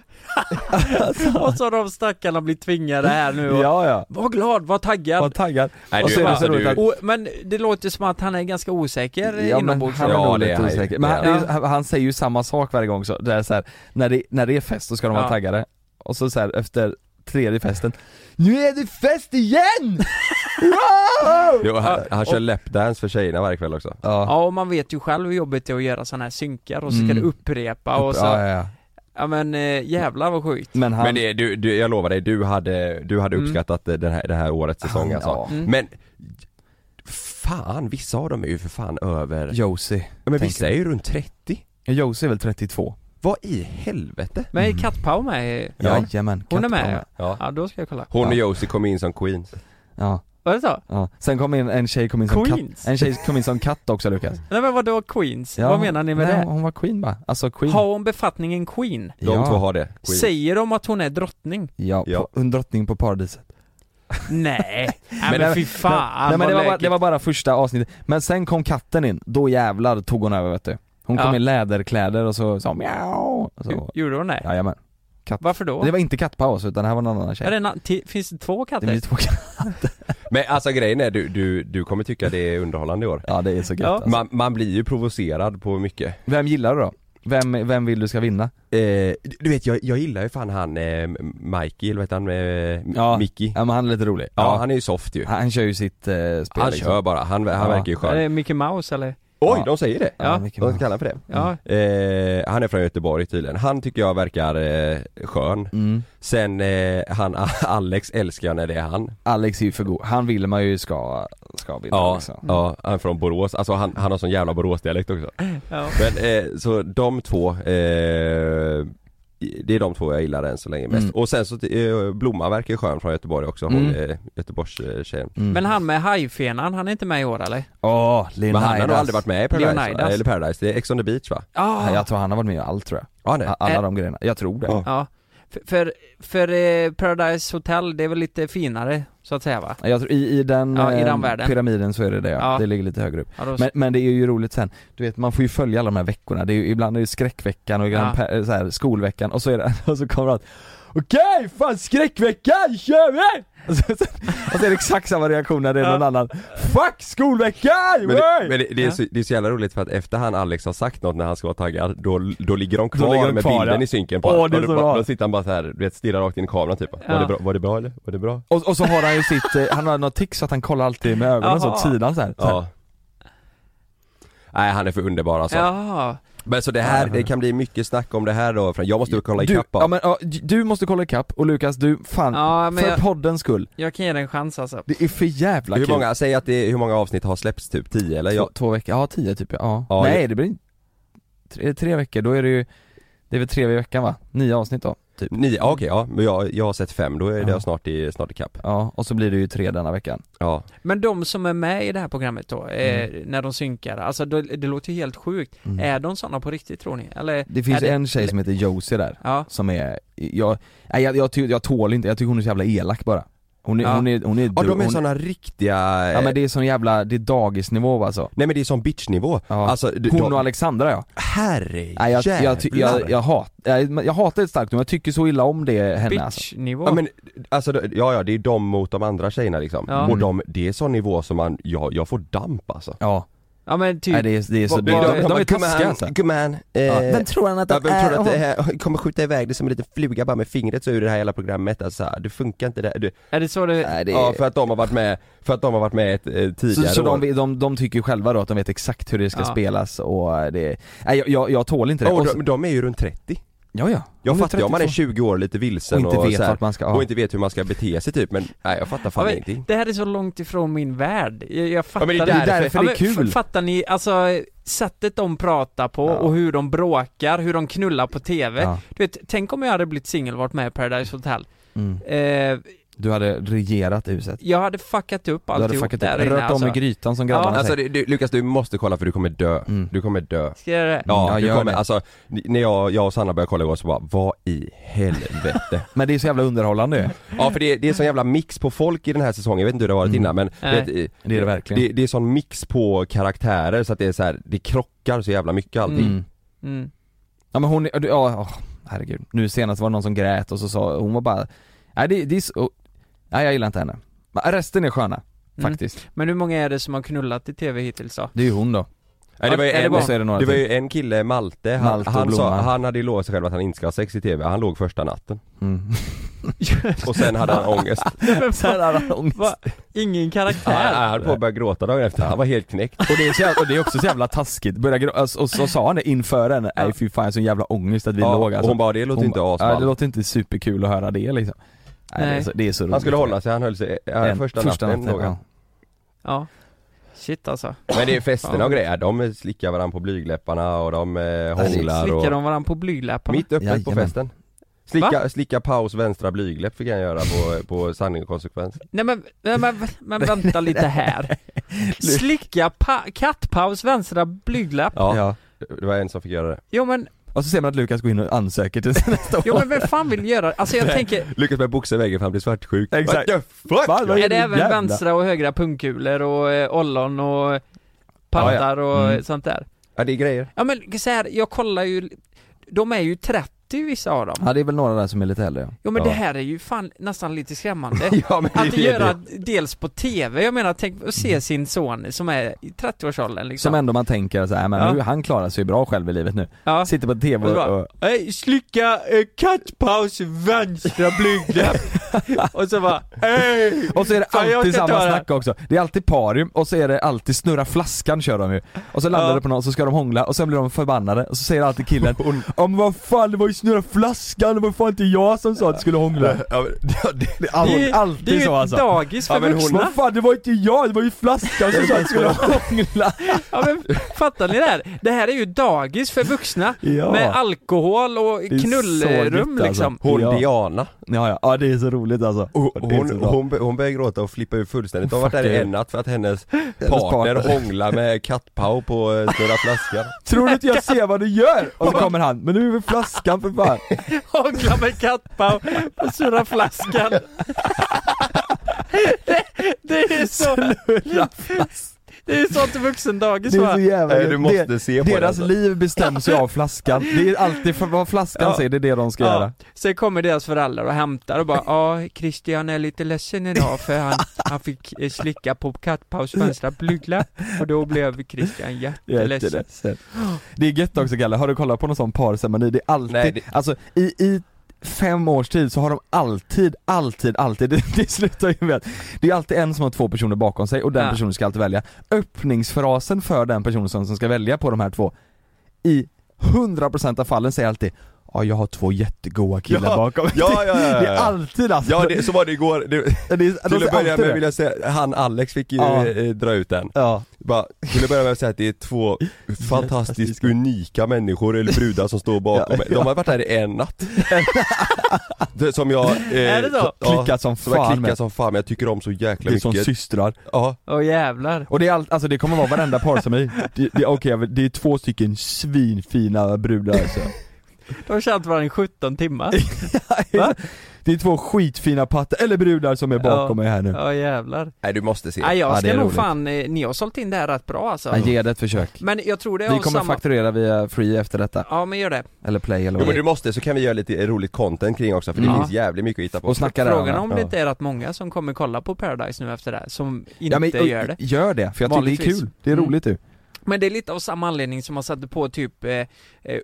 Speaker 6: Och så har de stackarna blivit tvingade här nu och...
Speaker 7: Ja ja,
Speaker 6: Var glad, var taggad.
Speaker 7: var taggad.
Speaker 4: Nej,
Speaker 7: och
Speaker 4: du-
Speaker 7: så är det så
Speaker 4: alltså,
Speaker 7: roligt
Speaker 4: du-
Speaker 7: att
Speaker 6: Och, men det låter som att han är ganska osäker
Speaker 7: Ja, men
Speaker 6: inombords.
Speaker 7: han är
Speaker 4: Ja,
Speaker 7: nog
Speaker 4: det
Speaker 7: lite
Speaker 4: är han ju.
Speaker 7: osäker. Men han,
Speaker 6: Det är
Speaker 7: han- han säger ju samma sak varje gång så, det är så här, när, det, när det är fest så ska de vara
Speaker 6: Ja.
Speaker 7: taggade. Och så, så här, efter tredje festen, Nu är det fest igen! wow!
Speaker 4: jo, han, han kör lapdance för tjejerna varje kväll också.
Speaker 7: Ja,
Speaker 6: Ja och man vet ju själv hur jobbigt det är att göra sådana här synkar och så ska
Speaker 7: Mm.
Speaker 6: det upprepa och så,
Speaker 7: ja,
Speaker 6: ja,
Speaker 7: ja, ja.
Speaker 6: men eh, jävlar vad sjukt.
Speaker 7: Men han, Mm.
Speaker 4: Men det, du, du, jag lovar dig, du hade, du hade uppskattat den här, det här årets säsong
Speaker 7: Han-
Speaker 4: alltså.
Speaker 7: ja.
Speaker 6: Mm.
Speaker 4: Men Fan, vissa av dem är ju för fan över...
Speaker 7: Josie,
Speaker 4: men
Speaker 7: tänker-
Speaker 4: vissa är ju runt 30.
Speaker 7: Josie är väl 32?
Speaker 4: Vad i helvete?
Speaker 6: Men är Kattpau med? i-
Speaker 4: Ja.
Speaker 7: Jajamän,
Speaker 6: Hon är
Speaker 7: Kattpau
Speaker 6: med?
Speaker 4: Ja.
Speaker 6: ja, då ska jag kolla
Speaker 4: Hon och
Speaker 6: ja.
Speaker 4: Josie kom in som queens
Speaker 7: Ja
Speaker 6: Var det så?
Speaker 7: Ja, sen kom in en tjej kom in som
Speaker 6: Queens.
Speaker 7: katt, en tjej kom in som katt också Lukas
Speaker 6: Nej men vadå Queens?
Speaker 7: Ja,
Speaker 6: Vad menar ni med
Speaker 7: nej,
Speaker 6: det?
Speaker 7: Hon var queen bara, alltså queen
Speaker 6: Har hon befattningen Queen?
Speaker 4: De två har det, queens
Speaker 6: Säger de att hon är drottning?
Speaker 7: Ja, ja. På, en drottning på paradiset
Speaker 6: Nej, nej men fy fan
Speaker 7: Nej men
Speaker 6: vad
Speaker 7: det var, bara,
Speaker 6: läckert.
Speaker 7: det var bara första avsnittet, men sen kom katten in, då jävlar tog hon över vet du Hon kom
Speaker 6: Ja.
Speaker 7: i läderkläder och så sa mjau och så,
Speaker 6: Gjorde hon det?
Speaker 7: Jajamän Katt.
Speaker 6: Varför då?
Speaker 7: Det var inte kattpaus utan det här var en annan
Speaker 6: Är
Speaker 7: tjej
Speaker 6: det en, an- ti- finns det två katter?
Speaker 7: Det blir två katter
Speaker 4: Men alltså grejen är, du, du, du kommer tycka det är underhållande i år
Speaker 7: Ja det är så gött
Speaker 6: Ja.
Speaker 7: alltså.
Speaker 4: man, man blir ju provocerad på mycket
Speaker 7: Vem gillar du då? Vem, vem vill du ska vinna?
Speaker 4: eh, Du vet jag, jag gillar ju fan han eh, Mikey, eller vad heter han? Eh,
Speaker 7: Ja.
Speaker 4: Mickey
Speaker 7: Ja men han är lite rolig
Speaker 4: Ja, han är ju soft ju. Han,
Speaker 7: han, han kör ju sitt eh, spel liksom.
Speaker 4: kör bara, han, han
Speaker 7: Ja.
Speaker 4: verkar ju
Speaker 6: Är
Speaker 4: skön.
Speaker 6: det Mickey Mouse eller?
Speaker 4: Oj,
Speaker 7: Ja.
Speaker 4: de säger det!
Speaker 7: Ja,
Speaker 6: Ja.
Speaker 7: mycket
Speaker 4: De
Speaker 7: bra.
Speaker 4: kallar han för det.
Speaker 6: Ja,
Speaker 4: Eh, han är från Göteborg tydligen. Han tycker jag verkar eh, skön.
Speaker 7: Mm.
Speaker 4: Sen eh, han Alex älskar jag när det är han.
Speaker 7: Alex är ju för god, han vill man ju ska, ska vinna
Speaker 4: Ja,
Speaker 7: liksom.
Speaker 4: ja, han är från Borås. Alltså han, han har sån jävla Boråsdialekt också.
Speaker 6: ja.
Speaker 7: Mm.
Speaker 4: Men eh, så de två, eh, det är de två jag gillar än så länge mest.
Speaker 7: Mm.
Speaker 4: Och sen så eh, Blomman verkar skön från Göteborg också, hon
Speaker 7: Mm.
Speaker 4: eh, Göteborgstjejen.
Speaker 7: Mm.
Speaker 6: Men han med hajfenan, han är inte med i år eller?
Speaker 7: Åh, Leonidas.
Speaker 4: Men han har nog aldrig varit med i Paradise, va?
Speaker 6: Leonidas.
Speaker 4: eller Paradise, det är Ex on the beach va?
Speaker 6: Ah,
Speaker 7: Nej, Jag tror han har varit med i allt tror jag.
Speaker 4: Ja, nej.
Speaker 7: A- Alla de grejerna, jag tror det.
Speaker 4: Ja.
Speaker 6: Ja, för, för, för eh, Paradise Hotel, det är väl lite finare så att säga va?
Speaker 7: Jag tror, i, i, den,
Speaker 6: Ja, i den
Speaker 7: eh,
Speaker 6: världen.
Speaker 7: pyramiden så är det det ja.
Speaker 6: Ja.
Speaker 7: det ligger lite högre upp.
Speaker 6: Ja, då,
Speaker 7: Men, men det är ju roligt sen, du vet man får ju följa alla de här veckorna, det är ju, ibland är det skräckveckan och ibland
Speaker 6: Ja.
Speaker 7: pe- så här, skolveckan och så är det, och så kommer allt Okej, fan skräckveckan, kör vi! Och så, så, och så är det exakt samma reaktion när det är någon annan Fuck skolveckan!
Speaker 4: Men, det,
Speaker 7: wey!"
Speaker 4: men det, det, är så, det är så jävla roligt för att efter han Alex har sagt något när han ska vara taggad, då, då ligger de kvar
Speaker 7: ligger de
Speaker 4: med
Speaker 7: kvar,
Speaker 4: bilden
Speaker 7: ja.
Speaker 4: i synken på
Speaker 7: Åh,
Speaker 4: honom.
Speaker 7: det är
Speaker 4: Och då-
Speaker 7: så
Speaker 4: då-
Speaker 7: bra.
Speaker 4: Då sitter han bara så här, du vet, stirrar rakt in i kameran typ. Var,
Speaker 6: Ja.
Speaker 4: det bra, var det bra eller? Var det bra?
Speaker 7: Och, och så har han ju sitt, eh, han har något tics så att han kollar alltid med ögonen så åt
Speaker 6: Jaha.
Speaker 7: sidan så här. Så här.
Speaker 4: Ja. Nej han är för underbar alltså.
Speaker 6: Jaha,
Speaker 4: Men så det här, det kan bli mycket snack om det här då, för jag måste kolla
Speaker 7: du,
Speaker 4: ikapp
Speaker 7: ja,
Speaker 4: ja,
Speaker 7: men, ja, du måste kolla ikapp och Lukas du, fan,
Speaker 6: Ja, men
Speaker 7: för
Speaker 6: jag-
Speaker 7: poddens skull,
Speaker 6: jag kan ge dig en chans alltså.
Speaker 7: det är för jävla
Speaker 4: Hur
Speaker 7: kul
Speaker 4: många, säg att det är, hur många avsnitt har släppts typ? 10 eller?
Speaker 7: två,
Speaker 4: Jag,
Speaker 7: två veckor, ja tio typ ja,
Speaker 4: Ja,
Speaker 7: Nej det blir inte, tre, tre veckor, då är det ju, det är väl tre i veckan va? Nio avsnitt då, typ
Speaker 4: nio, ja, okej ja, men jag, jag har sett fem, då är det
Speaker 7: Ja.
Speaker 4: snart i, snart i kapp.
Speaker 7: Ja, och så blir det ju tre denna veckan
Speaker 4: Ja.
Speaker 6: Men de som är med i det här programmet då, eh, när de synkar, alltså det, det låter ju helt sjukt.
Speaker 7: Mm.
Speaker 6: Är de sådana på riktigt tror ni? Eller?
Speaker 7: Det finns
Speaker 6: är
Speaker 7: en tjej som heter Josie där,
Speaker 6: Ja,
Speaker 7: som är, jag, nej jag, jag, ty, jag tål inte, jag tycker hon är så jävla elak bara Hon är,
Speaker 6: Ja.
Speaker 7: hon är, hon är,
Speaker 4: Ja de är
Speaker 7: hon,
Speaker 4: såna riktiga,
Speaker 7: Ja men det är sån jävla, det är dagisnivå alltså
Speaker 4: nej men det är som bitchnivå.
Speaker 7: Ja.
Speaker 4: Alltså, d-
Speaker 7: Hon
Speaker 4: de-
Speaker 7: och Alexandra ja.
Speaker 4: Herre
Speaker 7: Nej, jag, jag, jag, ty- jag,
Speaker 4: jävlar.
Speaker 7: jag, hat, jag, jag hatar ett starkt ord, men jag tycker så illa om det henne alltså.
Speaker 6: bitchnivå.
Speaker 4: Ja men alltså, det- ja ja det är de mot de andra tjejerna liksom.
Speaker 6: Ja.
Speaker 4: Och de, det är sån nivå som man, jag, jag får damp alltså.
Speaker 7: Ja,
Speaker 6: ja men typ,
Speaker 7: nej, det är, det är så,
Speaker 6: Vad-
Speaker 7: de, de,
Speaker 6: vad-
Speaker 7: de, de är
Speaker 4: "Gumman,
Speaker 7: taskiga alltså.
Speaker 4: Gumman, eh,
Speaker 7: Ja. eh, oh. Vem tror han att
Speaker 4: Ja,
Speaker 7: han
Speaker 4: vem
Speaker 7: är?
Speaker 4: tror att det här, kommer skjuta iväg det som en liten fluga bara med fingret så ur det här hela programmet alltså, det funkar inte det här. Du,
Speaker 6: är det så det,
Speaker 7: Nej, det är...
Speaker 4: Ja för att de har varit med, för att de har varit med ett, eh, tidigare
Speaker 7: Så, så
Speaker 4: år.
Speaker 7: de, de, de tycker ju själva då att de vet exakt hur det ska
Speaker 6: Ja.
Speaker 7: spelas och det, nej jag, jag, jag tål inte det.
Speaker 4: Ja, och
Speaker 7: Och så-
Speaker 4: de, de är ju runt 30
Speaker 7: ja, ja.
Speaker 4: Jag
Speaker 7: Hon
Speaker 4: fattar ju om man är
Speaker 7: 32.
Speaker 4: 20 år lite vilsen
Speaker 7: Och inte vet
Speaker 4: så här,
Speaker 7: vart man ska- ja.
Speaker 4: och inte vet hur man ska bete sig typ men nej jag fattar fan
Speaker 6: Ja, men
Speaker 4: ingenting
Speaker 6: Det här är så långt ifrån min värld. Jag, jag fattar
Speaker 4: men det är
Speaker 7: därför- därför det är
Speaker 6: men f-
Speaker 7: kul.
Speaker 6: Fattar ni, alltså sättet de pratar på
Speaker 7: Ja.
Speaker 6: och hur de bråkar, hur de knullar på TV.
Speaker 7: Ja.
Speaker 6: Du vet, tänk om jag hade blivit singel och varit med i Paradise Hotel.
Speaker 7: Mm.
Speaker 6: Eh,
Speaker 7: Du hade regerat huset.
Speaker 6: jag hade fuckat upp
Speaker 7: Du hade
Speaker 6: alltihop
Speaker 7: fuckat upp,
Speaker 6: där inne
Speaker 7: rört om
Speaker 6: alltså.
Speaker 7: i grytan som grabbarna
Speaker 6: Ja,
Speaker 4: Alltså
Speaker 7: säger.
Speaker 4: det, du, Lukas du måste kolla för du kommer dö,
Speaker 7: Mm.
Speaker 4: du kommer dö
Speaker 6: Ska jag göra det?
Speaker 4: Ja,
Speaker 7: Ja,
Speaker 4: du
Speaker 7: gör
Speaker 4: kommer,
Speaker 7: det.
Speaker 4: alltså, n- när jag, jag och Sanna började kolla igår så bara, vad i helvete?
Speaker 7: Men det är så jävla underhållande ju.
Speaker 6: Mm.
Speaker 4: ja för det, det är sån jävla mix på folk i den här säsongen, jag vet inte hur det har varit
Speaker 7: Mm.
Speaker 4: innan men
Speaker 6: Nej.
Speaker 4: vet, i-
Speaker 7: Det är det verkligen.
Speaker 4: det, det är sån mix på karaktärer så att det är så här, det krockar så jävla mycket allting
Speaker 7: Mm.
Speaker 6: Mm.
Speaker 7: Ja men hon, är- ja, åh, herregud. Nu senast var det någon som grät och så sa, hon var bara, nej det, det är så, nej jag gillar inte henne. Men Resten är sköna,
Speaker 6: Mm.
Speaker 7: faktiskt.
Speaker 6: Men hur många är det som har knullat i TV hittills då?
Speaker 7: Det är ju hon då.
Speaker 4: Nej, det var ju
Speaker 6: Är det
Speaker 4: en,
Speaker 6: bara-
Speaker 7: Och så är det några
Speaker 4: Det var
Speaker 7: till.
Speaker 4: ju en kille, Malte, han,
Speaker 7: Malte och
Speaker 4: han, sa,
Speaker 7: Blomman.
Speaker 4: han hade ju lovat sig själv att han inte ska ha sex i TV, han låg första natten
Speaker 7: Mm.
Speaker 4: och sen hade han ångest
Speaker 7: Så här hade han ångest.
Speaker 6: Va? Ingen
Speaker 4: han,
Speaker 6: karaktär?
Speaker 4: han höll på att börja gråta dagen efter, han var helt knäckt
Speaker 7: Och det, är så jävla, och det är också så jävla taskigt, börja grå, alltså, och så sa han det inför henne, nej fy fan sån jävla ångest att vi
Speaker 4: ja,
Speaker 7: låg
Speaker 4: och
Speaker 7: alltså.
Speaker 4: hon bara, det låter
Speaker 7: Hon
Speaker 4: inte
Speaker 7: bara, ja, det
Speaker 4: asballt
Speaker 7: låter inte superkul att höra det liksom. Nej, Det, är
Speaker 6: Nej.
Speaker 7: så, det är så roligt.
Speaker 4: eh, Han skulle hålla sig, han höll sig, ja,
Speaker 7: En-
Speaker 4: första, natten, låg han.
Speaker 6: Ja. Shit alltså
Speaker 4: Men det är festerna och grejer, de slickar varandra på blygläpparna och de eh, hånglar
Speaker 6: Slickar
Speaker 4: och...
Speaker 6: de varandra på blygläpparna?
Speaker 4: Mitt uppe på festen
Speaker 6: Va?
Speaker 4: Slicka, slicka paus vänstra blygläpp fick jag göra på, eh, på sanning och konsekvens
Speaker 6: Nej men, nej, men, men vänta lite här Slicka pa- kattpaus vänstra blygläpp?
Speaker 4: Ja, det var en som fick göra det
Speaker 6: Jo men,
Speaker 7: Och så ser man att Lukas går in och ansöker till nästa
Speaker 6: jo men vem fan vill göra Alltså jag tänker,
Speaker 4: Lyckas med boxa i väggen för han blir svartsjuk
Speaker 7: Exakt.
Speaker 4: What the fuck?
Speaker 7: Fan, vad
Speaker 6: är det även
Speaker 7: jävla-
Speaker 6: vänstra och högra pungkulor och eh, ollon och paddar och
Speaker 4: Ja, ja. Mm.
Speaker 6: sånt där?
Speaker 4: Ja det är grejer
Speaker 6: Ja men så här, jag kollar ju, de är ju 30 vissa av dem
Speaker 7: Ja det är väl några där som är lite äldre ja.
Speaker 6: Jo men
Speaker 7: ja.
Speaker 6: det här är ju fan nästan lite skrämmande.
Speaker 7: Ja, men det
Speaker 6: Eh, att
Speaker 7: är ju
Speaker 6: göra liksom- dels på TV, jag menar tänk att se sin son som är i 30-årsåldern liksom.
Speaker 7: Som ändå man tänker så här, men
Speaker 6: Ja.
Speaker 7: nu, han klarar sig bra själv i livet nu.
Speaker 6: Ja.
Speaker 7: Sitter på TV
Speaker 6: Och så bara,
Speaker 7: och, och
Speaker 6: "Hej, slicka eh, kattpaus vänstra blygdläpp. och så bara, hej!
Speaker 7: Och så är det
Speaker 6: Fan, jag
Speaker 7: alltid
Speaker 6: ska
Speaker 7: samma
Speaker 6: ta det här."
Speaker 7: snack också. Det är alltid parium och så är det alltid snurra flaskan kör de ju. Och så landar
Speaker 6: Ja.
Speaker 7: det på någon så ska de hångla och sen blir de förbannade och så säger alltid killen Ja men vad fan det var ju snurra flaskan, det var fan inte jag som sa att du skulle hångla.
Speaker 4: Ja, men, det, det, det,
Speaker 7: All,
Speaker 6: Det är-
Speaker 7: alltid
Speaker 6: det är ju
Speaker 7: så
Speaker 6: ett
Speaker 7: alltså.
Speaker 6: dagis för Ja, men hon- vuxna.
Speaker 7: Vad fan det var inte jag, det var ju flaskan som sa att du skulle hångla.
Speaker 6: Ja, men, fattar ni det här? Det här är ju dagis för vuxna
Speaker 7: Ja.
Speaker 6: med alkohol och
Speaker 7: Det är så
Speaker 6: knullrum
Speaker 7: nytt, alltså.
Speaker 6: liksom.
Speaker 4: Hon
Speaker 7: Ja.
Speaker 4: Diana
Speaker 7: Ja, ja, ja det är så roligt alltså.
Speaker 4: Hon,
Speaker 7: Det är så
Speaker 4: hon,
Speaker 7: bra.
Speaker 4: hon, bör- hon börjar gråta och flippa ur fullständigt. Hon har varit där i
Speaker 7: Fuck
Speaker 4: en natt för att hennes
Speaker 7: partner.
Speaker 4: partner hånglar med kattpaw på eh, Snurra flaskan.
Speaker 7: Tror du inte jag ser vad du gör? Och så kommer han, men nu är väl flaskan för fan.
Speaker 6: Hångla med kattpaw och surra flaskan. Det, det är så... Det är sånt vuxendagis
Speaker 7: Det är så
Speaker 6: va?
Speaker 7: jävla
Speaker 4: Nej, Äh, du måste
Speaker 7: Alltså, det,
Speaker 4: se på det,
Speaker 7: Deras
Speaker 4: alltså.
Speaker 7: liv bestäms ju av flaskan, det är alltid för vad flaskan
Speaker 6: Ja.
Speaker 7: säger, det är det de ska
Speaker 6: Ja.
Speaker 7: göra
Speaker 6: Sen kommer deras föräldrar och hämtar och bara ja, Christian är lite ledsen idag för han, han fick eh, slicka på kattpaus vänstra blygdläpp och då blev Christian jätteledsen.
Speaker 7: Jätteledsen. Det är gött också Galle, har du kollat på någon sån parceremoni? Det är alltid,
Speaker 4: Nej, det-
Speaker 7: alltså i, i fem års tid så har de alltid, alltid, alltid, det, det slutar ju med att det är alltid en som har två personer bakom sig och den
Speaker 6: Ja.
Speaker 7: personen ska alltid välja. Öppningsfrasen för den personen som, som ska välja på de här två, i 100% av fallen säger alltid Ja jag har två jättegoa killar
Speaker 4: Ja,
Speaker 7: bakom mig.
Speaker 4: ja, ja, ja, ja.
Speaker 7: Det är alltid alltså
Speaker 4: Ja det, så var det igår. Det,
Speaker 7: Ja, det är, de
Speaker 4: till
Speaker 7: säger
Speaker 4: att börja
Speaker 7: alltid
Speaker 4: med
Speaker 7: det.
Speaker 4: vill jag säga, han Alex fick ju
Speaker 7: Ja.
Speaker 4: eh, dra ut den.
Speaker 7: Ja,
Speaker 4: Bara, till att börja med att säga att det är två fantastiskt unika människor eller brudar som står bakom mig. De har varit här i en natt. Det Som jag... eh,
Speaker 6: Är det så?
Speaker 4: ja,
Speaker 7: klickat som
Speaker 4: Som jag
Speaker 7: fan
Speaker 4: klickar
Speaker 7: med.
Speaker 4: som fan men jag tycker om så jäkla
Speaker 7: Det är som
Speaker 4: mycket.
Speaker 7: systrar.
Speaker 4: ja.
Speaker 6: Åh jävlar.
Speaker 7: Och det är allt, alltså det kommer vara varenda par som är, det, det, okej, jag vill- det är två stycken svinfina brudar alltså.
Speaker 6: De har känt varandra i 17 timmar. Va?
Speaker 7: Det är två skitfina pattar, eller brudar som är bakom mig här nu.
Speaker 6: Ja jävlar.
Speaker 4: Nej du måste se.
Speaker 6: Nej jag
Speaker 7: Ja, det
Speaker 6: ska
Speaker 7: är
Speaker 6: nog
Speaker 7: roligt.
Speaker 6: fan, eh, ni har sålt in det här rätt bra alltså.
Speaker 7: Ja, ge det ett försök.
Speaker 6: Men jag tror det är
Speaker 7: Vi
Speaker 6: av
Speaker 7: kommer
Speaker 6: samma...
Speaker 7: fakturera via free efter detta,
Speaker 6: Ja men gör det.
Speaker 7: eller play eller
Speaker 4: Jo
Speaker 7: vad
Speaker 4: men
Speaker 7: det är.
Speaker 4: du måste så kan vi göra lite roligt content kring också för det
Speaker 6: Ja.
Speaker 4: finns jävligt mycket att hitta på.
Speaker 7: Mm. Och snacka där.
Speaker 6: Frågan är om
Speaker 7: ja.
Speaker 6: det inte är rätt många som kommer kolla på Paradise nu efter det här, som inte
Speaker 7: ja, men, och-
Speaker 6: gör det.
Speaker 7: Gör det, för jag tycker det är
Speaker 6: Vanligtvis.
Speaker 7: kul. Det är
Speaker 6: Mm.
Speaker 7: roligt du.
Speaker 6: Men det är lite av samma anledning som man satte på typ eh, eh,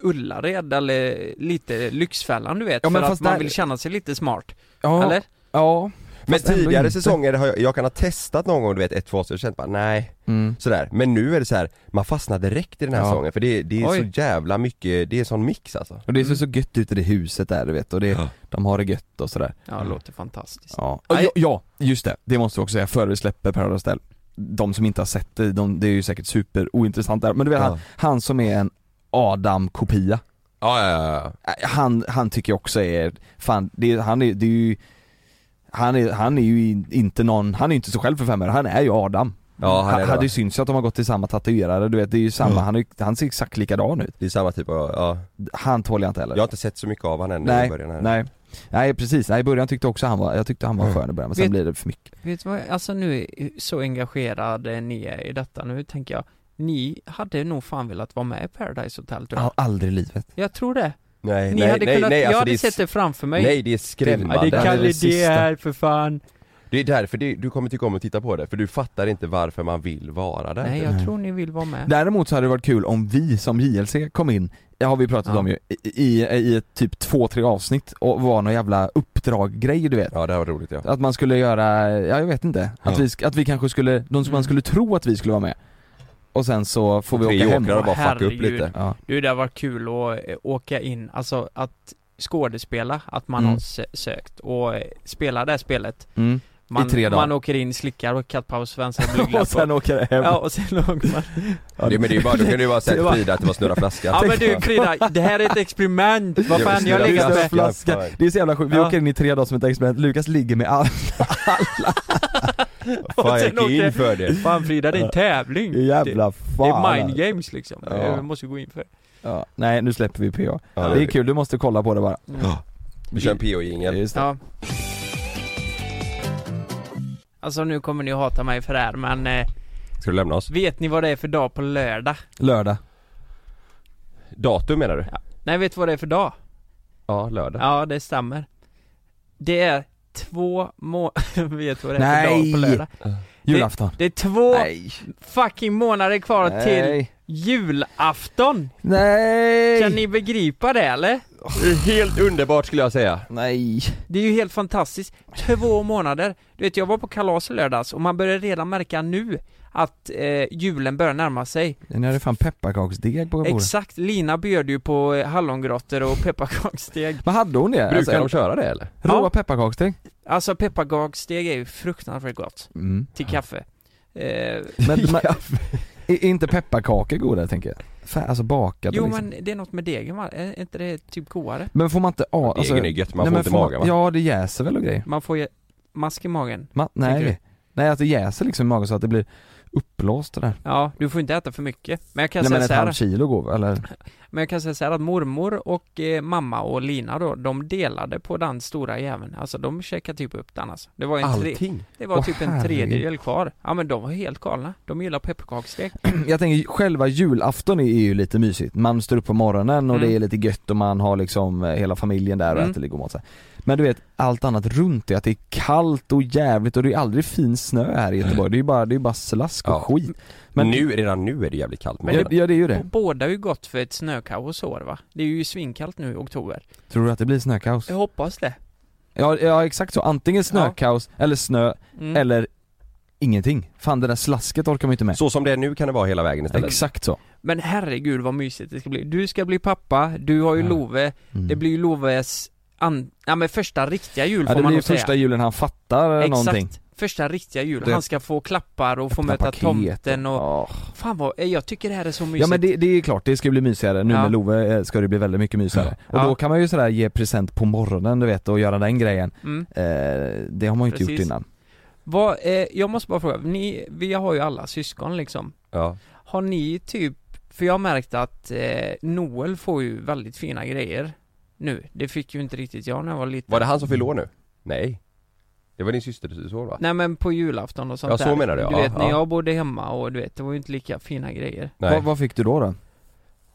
Speaker 6: Ullared eller lite Lyxfällan du vet,
Speaker 7: Ja, men
Speaker 6: för att
Speaker 7: fast
Speaker 6: man
Speaker 7: där-
Speaker 6: vill känna sig lite smart.
Speaker 7: Ja,
Speaker 6: Eller?
Speaker 7: ja.
Speaker 4: Men
Speaker 7: Fast ändå
Speaker 4: tidigare
Speaker 7: inte.
Speaker 4: säsonger har jag, jag kan ha testat någon gång du vet ett, två avsnitt och känt bara nej,
Speaker 7: Mm.
Speaker 4: sådär. Men nu är det så här, man fastnar direkt i den här
Speaker 7: Ja.
Speaker 4: säsongen för det, det är
Speaker 6: Oj.
Speaker 4: så jävla mycket, det är sån mix alltså.
Speaker 7: Och det ser så gött ut i det huset där du vet, och det, de har det gött och sådär.
Speaker 6: Ja, det låter fantastiskt.
Speaker 7: Ja. Ja, ja, just det. Det måste vi också säga före vi släpper Paradise Hotel. De som inte har sett det, de, det är ju säkert superointressant där. Men du vet han,
Speaker 4: Ja.
Speaker 7: han som är en Adam-kopia.
Speaker 4: Ja, ja, ja.
Speaker 7: Äh, Han, han tycker jag också är, fan, det, han är, det är ju han är, han är ju in- inte någon, han är ju inte sig själv för fem öre, han är ju Adam.
Speaker 4: Ja, han är det,
Speaker 7: hade
Speaker 4: va? Mm.
Speaker 7: ju synts ju att de har gått till samma tatuerare, du vet det är ju samma, han, är, ju- han ser exakt likadan ut.
Speaker 4: Det är samma typ av, ja.
Speaker 7: Han tål jag inte heller.
Speaker 4: Jag har inte sett så mycket av han än i
Speaker 7: nej,
Speaker 4: början här.
Speaker 7: nej, nej precis, nej i början tyckte jag också han var, jag tyckte han
Speaker 4: Mm.
Speaker 7: var skön i början men sen
Speaker 6: Vet-
Speaker 7: blir det för mycket.
Speaker 6: Vet du vad, alltså nu är- så engagerade ni är i detta nu tänker jag, ni hade nog fan velat vara med i Paradise Hotel tror jag.
Speaker 7: Al- Aldrig i livet.
Speaker 6: Jag tror det.
Speaker 4: Nej,
Speaker 6: Ni
Speaker 4: nej,
Speaker 6: hade
Speaker 4: nej,
Speaker 6: kunnat,
Speaker 4: nej,
Speaker 6: jag
Speaker 4: alltså
Speaker 6: hade
Speaker 4: det är,
Speaker 6: sett det framför mig.
Speaker 4: Nej det är
Speaker 6: ja,
Speaker 4: skrämmande.
Speaker 6: det är
Speaker 7: det är det
Speaker 6: Kalle det
Speaker 7: sista.
Speaker 6: här för fan.
Speaker 4: Det är därför det, du kommer tycka om att titta på det, för du fattar inte varför man vill vara där.
Speaker 6: Nej, jag tror ni vill vara med.
Speaker 7: Däremot så hade det varit kul om vi som JLC kom in, det har vi pratat
Speaker 6: Ja.
Speaker 7: om ju, i, i, i ett typ två, tre avsnitt och var någon jävla uppdraggrej du vet.
Speaker 4: Ja det här var roligt ja.
Speaker 7: Att man skulle göra, ja jag vet inte, att,
Speaker 4: Ja.
Speaker 7: vi, sk- att vi kanske skulle, de som
Speaker 6: Mm.
Speaker 7: man skulle tro att vi skulle vara med. Och sen så får vi
Speaker 4: Tre
Speaker 7: åka hem.
Speaker 4: åkrar och bara fucka upp
Speaker 6: Herregud.
Speaker 4: lite.
Speaker 7: Ja.
Speaker 6: Du, det har varit kul att eh, åka in, alltså att skådespela, att man
Speaker 7: Mm.
Speaker 6: har sö- sökt och eh, spela det här spelet.
Speaker 7: Mm.
Speaker 6: Man,
Speaker 7: I tre dagar.
Speaker 6: man åker in, slickar och kattpaus, vänster
Speaker 7: Och sen åker det hem.
Speaker 6: Ja och sen åker man
Speaker 4: Det, men det är ju bara, då kan du ju bara säga till Frida att det var snurra flaskan
Speaker 6: Ja men du Frida, det här är ett experiment, vad
Speaker 4: Ja,
Speaker 6: fan jag har
Speaker 4: snurra
Speaker 6: legat med
Speaker 7: Flaska. Det är så jävla sjukt, vi
Speaker 6: Ja.
Speaker 7: åker in i tre dagar som ett experiment, Lukas ligger med alla
Speaker 6: Och
Speaker 4: Fan jag
Speaker 6: sen
Speaker 4: gick ju
Speaker 6: åker-
Speaker 4: in för det
Speaker 6: Fan Frida, det är en tävling
Speaker 7: Jävla
Speaker 6: Det, det
Speaker 7: fan. alltså.
Speaker 6: är mind games liksom,
Speaker 7: Ja.
Speaker 6: det måste vi gå in för
Speaker 7: Ja, nej nu släpper vi PA.
Speaker 4: Ja, det
Speaker 7: det är
Speaker 4: gör
Speaker 7: kul, du måste kolla på det bara.
Speaker 4: Vi kör en PO-jingel
Speaker 7: Just det.
Speaker 6: Ja Alltså nu kommer ni hata mig för det här men eh,
Speaker 4: Ska du lämna oss?
Speaker 6: Vet ni vad det är för dag på lördag?
Speaker 7: Lördag.
Speaker 4: Datum menar du?
Speaker 6: Nej vet du vad det är för dag?
Speaker 4: Ja, lördag
Speaker 6: Ja det stämmer Det är två må... vet du vad det är för
Speaker 7: Nej!
Speaker 6: dag på lördag?
Speaker 7: Julafton.
Speaker 6: Det är två
Speaker 7: Nej.
Speaker 6: fucking månader kvar till
Speaker 7: Nej.
Speaker 6: julafton!
Speaker 7: Nej.
Speaker 6: Kan ni begripa det eller?
Speaker 4: Helt underbart skulle jag säga
Speaker 7: Nej.
Speaker 6: Det är ju helt fantastiskt. Två månader. Du vet jag var på kalas i lördags och man börjar redan märka nu att eh, julen börjar närma sig.
Speaker 7: Nu är det fan pepparkaksdeg på bordet.
Speaker 6: Exakt, Lina bjöd ju på eh, hallongrottor och pepparkaksdeg.
Speaker 7: Men hade hon det?
Speaker 4: Brukar de
Speaker 7: Alltså,
Speaker 4: köra det eller?
Speaker 7: Råa
Speaker 6: Ja.
Speaker 7: pepparkaksdeg?
Speaker 6: Alltså pepparkaksdeg är ju fruktansvärt gott
Speaker 7: Mm.
Speaker 6: till kaffe. Eh,
Speaker 7: Men, men är inte pepparkakor goda tänker jag? Fan, alltså bakade
Speaker 6: jo
Speaker 7: liksom.
Speaker 6: men det är något med degen va? Är inte det typ godare?
Speaker 7: Men får man inte a- alltså-
Speaker 4: Degen är gött, man får
Speaker 7: men
Speaker 4: ont i magen, va?
Speaker 7: Ja det jäser väl och grejer.
Speaker 6: Man får ju mask i magen.
Speaker 7: Ma-
Speaker 6: Tänker du?
Speaker 7: nej. Nej att det jäser liksom i magen så att det blir uppblåst och där.
Speaker 6: Ja, du får inte äta för mycket. Men jag kan
Speaker 7: Nej men
Speaker 6: säga
Speaker 7: ett
Speaker 6: så här.
Speaker 7: halvt kilo går eller?
Speaker 6: Men jag kan säga så här att mormor och eh, mamma och Lina då, de delade på den stora jäveln. Alltså de käkade typ upp den alltså. Det var, en tre,
Speaker 4: Allting?
Speaker 6: det var
Speaker 7: Åh,
Speaker 6: typ en
Speaker 7: herregud.
Speaker 6: tredjedel kvar. Ja men de var helt galna. De gillar pepparkaksdeg.
Speaker 7: Jag tänker själva julafton är ju lite mysigt. Man står upp på morgonen och
Speaker 6: Mm.
Speaker 7: det är lite gött och man har liksom eh, hela familjen där och
Speaker 6: Mm.
Speaker 7: äter lite god mat så här. Men du vet allt annat runt det, att det är kallt och jävligt och det är aldrig fin snö här i Göteborg. Det är ju bara, det är bara slask och
Speaker 4: Ja.
Speaker 7: skit.
Speaker 4: Men nu, redan nu är det jävligt kallt men
Speaker 7: ja, ja det är ju det.
Speaker 6: Och båda är ju gott för ett snökaos år va? Det är ju svinkallt nu i oktober.
Speaker 7: Tror du att det blir snökaos?
Speaker 6: Jag hoppas det.
Speaker 7: Ja, ja exakt så, antingen snökaos eller snö
Speaker 6: Mm.
Speaker 7: eller ingenting. Fan det där slasket orkar man ju inte med.
Speaker 4: Så som det är nu kan det vara hela vägen istället
Speaker 7: Exakt så.
Speaker 6: Men herregud vad mysigt det ska bli. Du ska bli pappa, du har ju
Speaker 7: Ja.
Speaker 6: Love.
Speaker 7: Mm.
Speaker 6: Det blir ju Loves an... ja, men första riktiga jul
Speaker 7: ja,
Speaker 6: får
Speaker 7: det
Speaker 6: man
Speaker 7: blir ju
Speaker 6: nog säga.
Speaker 7: första julen han fattar någonting.
Speaker 6: Exakt, första riktiga jul.
Speaker 7: Det-
Speaker 6: Han ska få klappar och få
Speaker 7: Öppna
Speaker 6: möta
Speaker 7: paket.
Speaker 6: tomten och
Speaker 7: Ja.
Speaker 6: Fan vad, eh, jag tycker det här är så mysigt.
Speaker 7: Ja men det, det är klart, det ska bli mysigare. Nu
Speaker 6: Ja.
Speaker 7: med Love eh, ska det bli väldigt mycket mysigare. Och
Speaker 6: Ja.
Speaker 7: då kan man ju sådär ge present på morgonen du vet och göra den grejen.
Speaker 6: mm.
Speaker 7: Eh, det har man ju inte gjort
Speaker 6: Precis.
Speaker 7: innan.
Speaker 6: vad, eh, jag måste bara fråga, ni, vi har ju alla syskon liksom.
Speaker 4: Ja
Speaker 6: Har ni typ, för jag har märkt att eh, Noel får ju väldigt fina grejer nu. Det fick ju inte riktigt jag när jag var liten.
Speaker 4: Var det han som fyllde år nu? Nej Det var din systerson va?
Speaker 6: Nej men på julafton och sånt
Speaker 4: Ja, så
Speaker 6: där.
Speaker 4: menar du,
Speaker 6: Du
Speaker 4: ja,
Speaker 6: vet när
Speaker 4: ja.
Speaker 6: jag bodde hemma och du vet, det var ju inte lika fina grejer.
Speaker 7: Vad, vad fick du då
Speaker 6: Mm.
Speaker 7: då?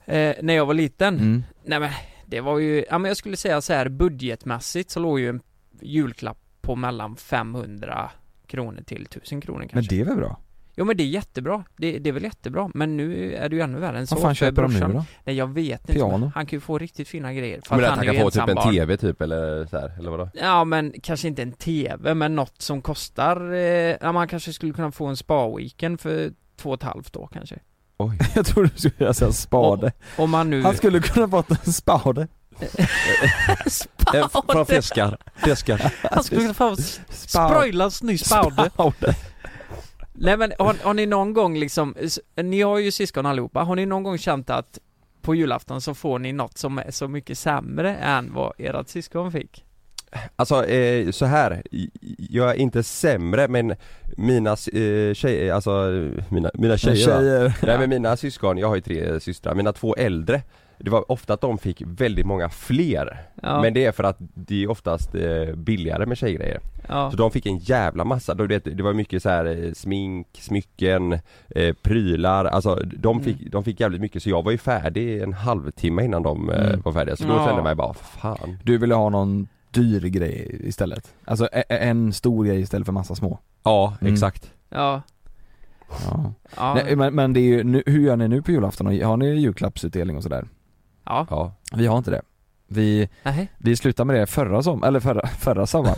Speaker 6: Eh, när jag var liten,
Speaker 7: Mm.
Speaker 6: nej men det var ju, ja men jag skulle säga så här budgetmässigt så låg ju en julklapp på mellan 500 kronor till 1000 kronor kanske.
Speaker 7: Men det är väl bra?
Speaker 6: Jo men det är jättebra, det, det är väl jättebra, men nu är det ju ännu värre än så
Speaker 7: Vad fan
Speaker 6: för
Speaker 7: köper de nu
Speaker 6: brorsan.
Speaker 7: då?
Speaker 6: Nej jag vet inte,
Speaker 7: Piano?
Speaker 6: men han kan ju få riktigt fina grejer för
Speaker 4: Men
Speaker 6: att
Speaker 4: att
Speaker 6: han
Speaker 4: han
Speaker 6: är
Speaker 4: kan
Speaker 6: ju
Speaker 4: få typ
Speaker 6: ensam
Speaker 4: en
Speaker 6: barn.
Speaker 4: TV typ eller så här, eller vadå?
Speaker 6: Ja men kanske inte en TV, men något som kostar, eh, ja man kanske skulle kunna få en spa-weekend för två och ett halvt då kanske.
Speaker 7: Jag tror du skulle säga spade.
Speaker 6: Om man nu...
Speaker 7: Han skulle kunna fått en spade.
Speaker 4: Eh, Från fiskar, fiskar
Speaker 6: han skulle kunna få Sproilans ny spade. Nej men har, har ni någon gång liksom, s- ni har ju syskon allihopa, har ni någon gång känt att på julafton så får ni något som är så mycket sämre än vad ert syskon fick?
Speaker 4: Alltså eh, så här j- jag är inte sämre men mina eh, tjejer, alltså eh, mina, mina tjejer, va?
Speaker 7: Tjejer.
Speaker 4: Nej men mina syskon, jag har ju tre systrar, mina två äldre Det var ofta att de fick väldigt många fler
Speaker 6: Ja,
Speaker 4: Men det är för att det är oftast eh, billigare med tjejgrejer
Speaker 6: ja.
Speaker 4: Så de fick en jävla massa, de, det, det var mycket så här eh, smink, smycken, eh, prylar, alltså de fick,
Speaker 6: Mm.
Speaker 4: de fick jävligt mycket så jag var ju färdig en halvtimme innan de eh,
Speaker 7: Mm.
Speaker 4: var färdiga så då
Speaker 6: Ja.
Speaker 4: kände jag mig bara fan
Speaker 7: Du ville ha någon dyr grej istället? Alltså e- e- en stor grej istället för massa små?
Speaker 4: Ja,
Speaker 7: Mm.
Speaker 4: exakt
Speaker 6: ja,
Speaker 7: Ja.
Speaker 6: ja,
Speaker 7: Nej, eh, men, men det är ju, nu, hur gör ni nu på julafton? Har ni julklappsutdelning och sådär?
Speaker 6: ja,
Speaker 4: Ja,
Speaker 7: Vi har inte det. Vi,
Speaker 6: nej,
Speaker 7: vi slutade med det förra som, eller förra, förra sommaren.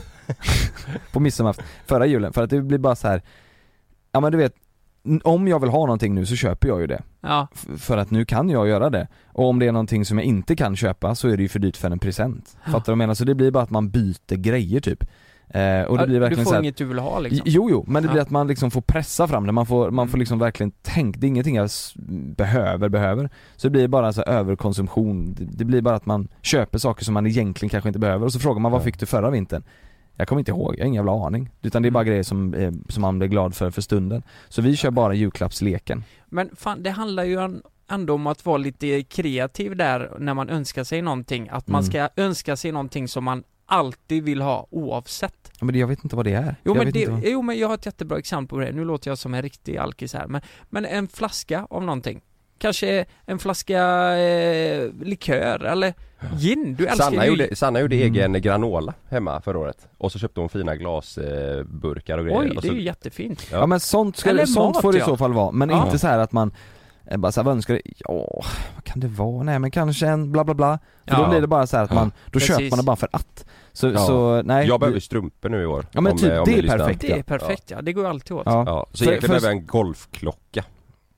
Speaker 7: på midsommarafton, förra julen. För att det blir bara så här. ja men du vet, n- om jag vill ha någonting nu så köper jag ju det.
Speaker 6: ja,
Speaker 7: F- för att nu kan jag göra det. Och om det är någonting som jag inte kan köpa så är det ju för dyrt för en present. Fattar du vad jag menar? Så det blir bara att man byter grejer typ. Eh, och det
Speaker 6: Ja,
Speaker 7: blir verkligen
Speaker 6: Du får
Speaker 7: så här,
Speaker 6: inget du vill ha liksom.
Speaker 7: Jo, jo, men det blir
Speaker 6: Ja. Mm.
Speaker 7: att man liksom får pressa fram det, man får, man får liksom verkligen tänka, det är ingenting jag s- behöver, behöver. Så det blir bara så här överkonsumtion, det, det blir bara att man köper saker som man egentligen kanske inte behöver och så frågar man vad fick du förra vintern? Jag kommer inte ihåg, jag har ingen jävla aning. Utan det är bara
Speaker 6: Mm.
Speaker 7: grejer som, eh, som man blir glad för för stunden. Så vi kör bara julklappsleken.
Speaker 6: Men fan, det handlar ju an- ändå om att vara lite kreativ där när man önskar sig någonting. Att man
Speaker 7: Mm.
Speaker 6: ska önska sig någonting som man alltid vill ha oavsett.
Speaker 7: Ja, Men det- jag vet inte vad det är.
Speaker 6: Jo
Speaker 7: jag
Speaker 6: men,
Speaker 7: vet
Speaker 6: det,
Speaker 7: inte vad...
Speaker 6: jo men jag har ett jättebra exempel på det, nu låter jag som en riktig alkis här men, men en flaska av någonting Kanske en flaska eh, likör eller gin, du älskar
Speaker 4: Sanna
Speaker 6: ju Mm.
Speaker 4: gjorde, Sanna gjorde egen granola hemma förra året Och så köpte hon fina glasburkar eh, burkar och grejer
Speaker 6: Oj,
Speaker 4: och
Speaker 6: det
Speaker 4: så,
Speaker 6: är ju jättefint
Speaker 7: Ja men sånt,
Speaker 6: Eller
Speaker 7: ska, sånt
Speaker 6: mat,
Speaker 7: får det i
Speaker 6: ja.
Speaker 7: så fall vara, men
Speaker 6: Ja.
Speaker 7: inte så här att man eh, bara så här, vad önskar du? Ja, vad kan det vara? Nej men kanske en bla bla bla För
Speaker 4: Ja.
Speaker 7: då blir det bara så här att man, då
Speaker 4: Precis.
Speaker 7: köper man det bara för att Så,
Speaker 4: Ja.
Speaker 7: så nej
Speaker 4: Jag behöver strumpor nu i år eh,
Speaker 7: Ja, men typ, det
Speaker 4: ni
Speaker 7: är
Speaker 4: lyssnar.
Speaker 7: perfekt,
Speaker 6: Det är perfekt ja, det går ju alltid åt
Speaker 4: Ja.
Speaker 7: Ja.
Speaker 4: Så
Speaker 7: För-
Speaker 4: egentligen
Speaker 7: för-
Speaker 4: behöver jag en golfklocka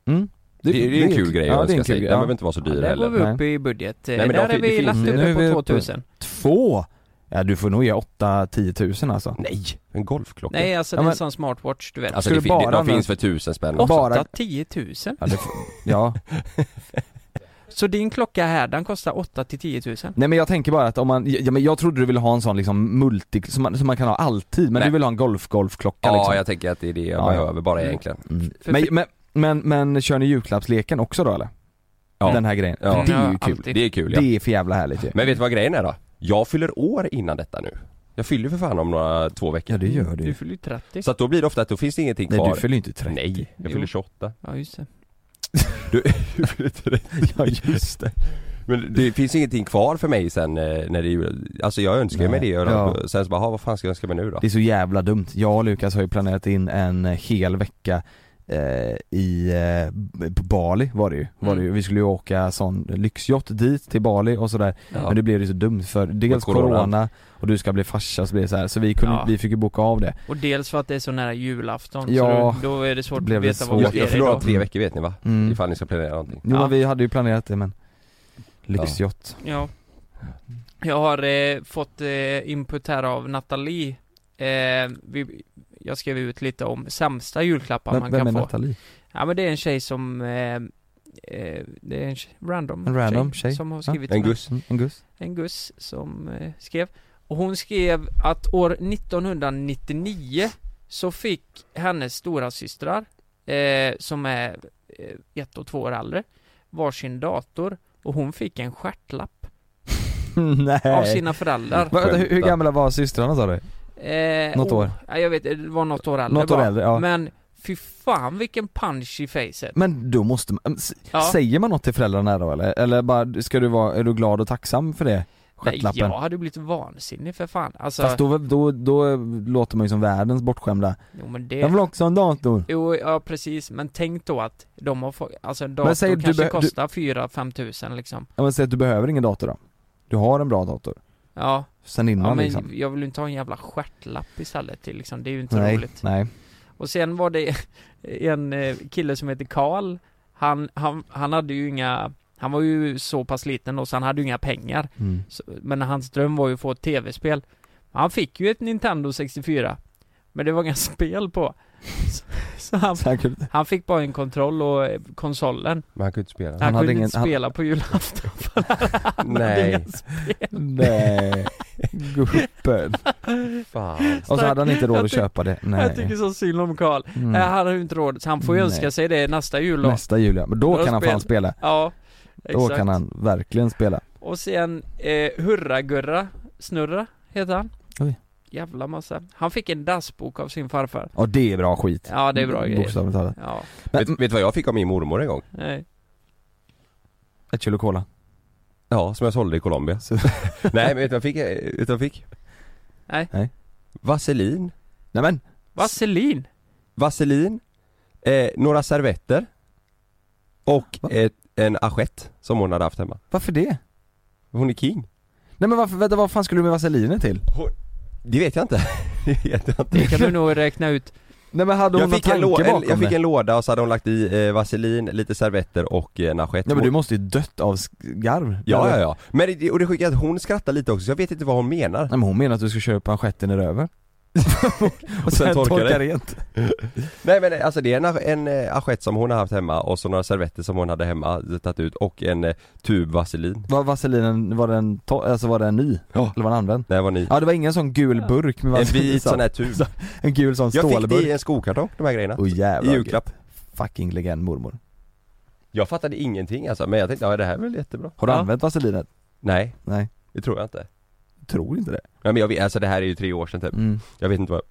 Speaker 7: Mm.
Speaker 4: det, det, är en kul grej att
Speaker 7: det är en
Speaker 4: önska
Speaker 7: kul
Speaker 4: sig,
Speaker 7: grej,
Speaker 4: den
Speaker 7: ja.
Speaker 4: behöver inte vara så dyr
Speaker 6: Där
Speaker 4: heller
Speaker 6: går vi upp i budget,
Speaker 7: Nej,
Speaker 6: Eh,
Speaker 7: men
Speaker 6: där
Speaker 7: det-
Speaker 6: är vi
Speaker 7: det
Speaker 6: lagt
Speaker 7: finns- nu
Speaker 6: uppe
Speaker 7: är vi
Speaker 6: på
Speaker 7: uppe-
Speaker 6: 2000
Speaker 7: Två? Ja du får nog ge 8 10 tusen alltså
Speaker 4: Nej, en golfklocka
Speaker 6: Nej alltså
Speaker 7: Ja,
Speaker 6: det är en
Speaker 7: men-
Speaker 6: sån smartwatch du vet
Speaker 4: Alltså det,
Speaker 7: Skulle
Speaker 4: bara,
Speaker 7: bara
Speaker 4: de finns
Speaker 7: använda-
Speaker 4: för tusen spänn
Speaker 7: Åtta.
Speaker 4: också.
Speaker 7: bara-
Speaker 6: 10 000
Speaker 7: Ja, det, ja.
Speaker 6: Så din klocka här, den kostar 8 till 10 000
Speaker 7: Nej men jag tänker bara att om man, ja, men jag trodde du ville ha en sån liksom multi, som man, som man kan ha alltid, men
Speaker 4: Nej.
Speaker 7: du vill ha en golf-golfklocka
Speaker 4: Ja
Speaker 7: liksom.
Speaker 4: jag tänker att det är det jag
Speaker 7: Ja, ja.
Speaker 4: behöver bara egentligen
Speaker 7: Mm. Men, men, men, men kör ni julklappsleken också då eller?
Speaker 4: Ja.
Speaker 7: Den här grejen?
Speaker 4: Ja.
Speaker 7: Det är ju
Speaker 4: Ja,
Speaker 7: kul.
Speaker 4: alltid. Det är kul, ja.
Speaker 7: Det är för jävla härligt ju.
Speaker 4: Men vet du vad grejen är då? Jag fyller år innan detta nu Jag fyller för fan om några två veckor
Speaker 7: Ja det gör du
Speaker 6: Du
Speaker 7: ju.
Speaker 6: fyller ju 30
Speaker 4: Så att då blir det ofta att då finns det ingenting
Speaker 7: Nej
Speaker 4: kvar
Speaker 7: du fyller ju inte 30.
Speaker 4: Nej, jag
Speaker 6: Jo.
Speaker 4: fyller 28
Speaker 6: Ja just det
Speaker 4: Du, du fyller 30
Speaker 7: Ja just det.
Speaker 4: Men det finns ingenting kvar för mig sen eh, när det är jul. Alltså jag önskar ju mig det
Speaker 7: Nej.
Speaker 4: och
Speaker 7: Ja.
Speaker 4: sen så bara, "Ha, vad fan ska jag önska mig nu då?
Speaker 7: Det är så jävla dumt. Jag och Lukas har ju planerat in en hel vecka eh, i, eh, b- på Bali var det ju. Var
Speaker 6: Mm.
Speaker 7: det ju. Vi skulle ju åka sån lyxjott dit till Bali och sådär.
Speaker 4: Ja.
Speaker 7: Men det blev ju så dumt för dels
Speaker 4: corona.
Speaker 7: corona. och du ska bli farsa så blir det så här. Så vi, kunde,
Speaker 6: Ja.
Speaker 7: vi fick ju boka av det.
Speaker 6: Och dels för att det är så nära julafton
Speaker 7: Ja,
Speaker 6: så då, då är det svårt
Speaker 7: det blev
Speaker 6: att veta
Speaker 7: det
Speaker 6: vad
Speaker 7: svårt.
Speaker 4: jag,
Speaker 6: som
Speaker 4: jag
Speaker 6: sker
Speaker 4: förlorar
Speaker 6: idag.
Speaker 4: tre veckor vet ni va?
Speaker 7: Mm.
Speaker 4: Ifall ni ska planera någonting
Speaker 7: Jo
Speaker 6: Ja.
Speaker 7: men vi hade ju planerat det men lyxjott.
Speaker 6: Ja. Jag har eh, fått eh, input här av Nathalie eh, vi, Jag skrev ut lite om sämsta julklappar
Speaker 7: Vem,
Speaker 6: man
Speaker 7: vem
Speaker 6: kan
Speaker 7: är
Speaker 6: få
Speaker 7: Nathalie?
Speaker 6: Ja men det är en tjej som eh, eh, Det är en tjej, random,
Speaker 7: En random tjej.
Speaker 6: Som har
Speaker 7: Ja.
Speaker 6: skrivit
Speaker 4: En
Speaker 6: till mig.
Speaker 4: guss
Speaker 7: Mm, en Gus?
Speaker 6: en Gus som eh, skrev Och hon skrev att år 1999 Så fick hennes stora systrar eh, Som är eh, ett och två år äldre Varsin dator Och hon fick en stjärtlapp
Speaker 7: Nej.
Speaker 6: av sina föräldrar
Speaker 7: Vänta, hur, hur
Speaker 4: Skämtar.
Speaker 7: gamla var systrarna sa du?
Speaker 6: eh,
Speaker 7: Något
Speaker 6: och-
Speaker 7: år.
Speaker 6: Ja, jag vet, det var något år äldre
Speaker 7: Något år
Speaker 6: bara.
Speaker 7: äldre, ja.
Speaker 6: Men fy fan vilken punch i facet
Speaker 7: Men då måste man, s-
Speaker 6: Ja.
Speaker 7: säger man något till föräldrarna då eller? Eller bara, ska du vara, är du glad och tacksam för det?
Speaker 6: Nej, alltså-
Speaker 7: Stjärtlappen?
Speaker 6: jag hade blivit vansinnig för fan alltså,
Speaker 7: Fast då, då, då låter man ju som världens bortskämda
Speaker 6: jo, men det...
Speaker 7: Jag vill också ha en dator
Speaker 6: Jo, ja precis, men tänk då att de har fått, alltså en
Speaker 7: Men
Speaker 6: dator
Speaker 7: säg, du
Speaker 6: kanske
Speaker 7: beh- du-
Speaker 6: kostar 4-5 tusen liksom
Speaker 7: Ja men säg att du behöver ingen dator då Du har en bra dator,
Speaker 6: Ja,
Speaker 7: sen innan
Speaker 6: ja men
Speaker 7: liksom
Speaker 6: jag vill ju inte ha en jävla stjärtlapp istället till liksom, det är ju inte
Speaker 7: Nej,
Speaker 6: roligt
Speaker 7: nej
Speaker 6: Och sen var det en eh, kille som heter Karl han, han, han hade ju inga, han var ju så pass liten då så han hade ju inga pengar
Speaker 7: mm.
Speaker 6: så, Men hans dröm var ju att få ett tv-spel Han fick ju ett Nintendo 64 Men det var inga spel på Så, så han,
Speaker 7: Säkert.
Speaker 6: han fick bara en kontroll och eh, konsolen
Speaker 4: Men han kunde inte spela
Speaker 6: Han,
Speaker 7: Han hade
Speaker 6: kunde
Speaker 7: ingen-
Speaker 6: inte
Speaker 7: han-
Speaker 6: spela på julafton för han hade
Speaker 4: Nej.
Speaker 6: inga spel.
Speaker 7: Nej, gubben
Speaker 4: Fan
Speaker 7: Och så hade han inte råd
Speaker 6: Jag
Speaker 7: att
Speaker 6: tyck-
Speaker 7: köpa det,
Speaker 6: Jag tycker
Speaker 7: nej
Speaker 6: så synd om Karl.
Speaker 7: Mm.
Speaker 6: Eh, Han har ju inte råd, så han får ju
Speaker 7: Nej.
Speaker 6: önska sig det nästa jul då.
Speaker 7: Nästa jul ja, men då
Speaker 6: Bra
Speaker 7: kan han fan
Speaker 6: spel.
Speaker 7: spela
Speaker 6: Ja,
Speaker 7: Då
Speaker 6: exakt.
Speaker 7: kan han verkligen spela
Speaker 6: Och sen eh, Hurra-Gurra, Snurra heter han.
Speaker 7: Oj.
Speaker 6: Jävla massa. Han fick en dassbok av sin farfar.
Speaker 7: Ja det är bra skit
Speaker 6: Ja, det är bra grejer.
Speaker 7: Bokstavligt talat
Speaker 6: Ja,
Speaker 7: Men-
Speaker 4: vet, vet du vad jag fick av min mormor en gång?
Speaker 6: nej.
Speaker 7: Ett kilo cola
Speaker 4: Ja, som jag sålde i Colombia
Speaker 7: Så-
Speaker 4: Nej men vet du vad jag fick? eh, Vet du vad jag fick?
Speaker 6: Nej.
Speaker 7: Nej.
Speaker 4: Vaselin
Speaker 7: Nej men,
Speaker 6: Vaselin!
Speaker 4: Vaselin eh, Några servetter Och
Speaker 7: Va?
Speaker 4: ett, en assiett som hon hade haft hemma
Speaker 7: varför det?
Speaker 4: Hon är king
Speaker 7: Nej men varför, vänta vad fan skulle du med vaselinet till?
Speaker 4: Det vet jag inte Det vet jag inte
Speaker 6: Det kan du nog räkna ut.
Speaker 7: Nej men hade hon
Speaker 4: jag
Speaker 7: någon
Speaker 4: fick, en
Speaker 7: tanke
Speaker 4: lå-
Speaker 7: bakom
Speaker 4: en, jag fick
Speaker 7: det?
Speaker 4: en låda och så hade hon lagt i eh, vaselin, lite servetter och eh, en assiett
Speaker 7: Nej men du
Speaker 4: Hon-
Speaker 7: måste ju dött av sk- garv
Speaker 4: Ja
Speaker 7: Eller?
Speaker 4: ja ja, men det, och det sjuka är att hon skrattar lite också så jag vet inte vad hon menar
Speaker 7: Nej men hon menar att du ska köpa en stjärten i röven
Speaker 4: och,
Speaker 7: sen torka rent.
Speaker 4: Nej men alltså det är en, en eh, assiett som hon har haft hemma och så några servetter som hon hade hemma, eh, tagit ut och en eh, tub vaselin.
Speaker 7: Var vaselinen, var den, to- alltså var den ny? Eller var den använd?
Speaker 4: Nej var ny.
Speaker 7: Ja det var ingen sån gul burk med
Speaker 4: En
Speaker 7: vaselin
Speaker 4: vit
Speaker 7: så.
Speaker 4: sån här tub.
Speaker 7: En gul sån
Speaker 4: Jag fick
Speaker 7: stålburk
Speaker 4: det i en skokartong, de här grejerna.
Speaker 7: Åh, jävlar,
Speaker 4: I julklapp.
Speaker 7: Fucking legend mormor
Speaker 4: Jag fattade ingenting alltså, men jag tänkte ja det här är väl jättebra.
Speaker 7: Har du
Speaker 4: ja.
Speaker 7: använt vaselinet?
Speaker 4: Nej,
Speaker 7: Nej,
Speaker 4: det tror jag inte.
Speaker 7: tror inte det
Speaker 4: Ja, men jag vet, alltså det här är ju tre år sedan typ.
Speaker 7: Mm.
Speaker 4: Jag vet inte vad,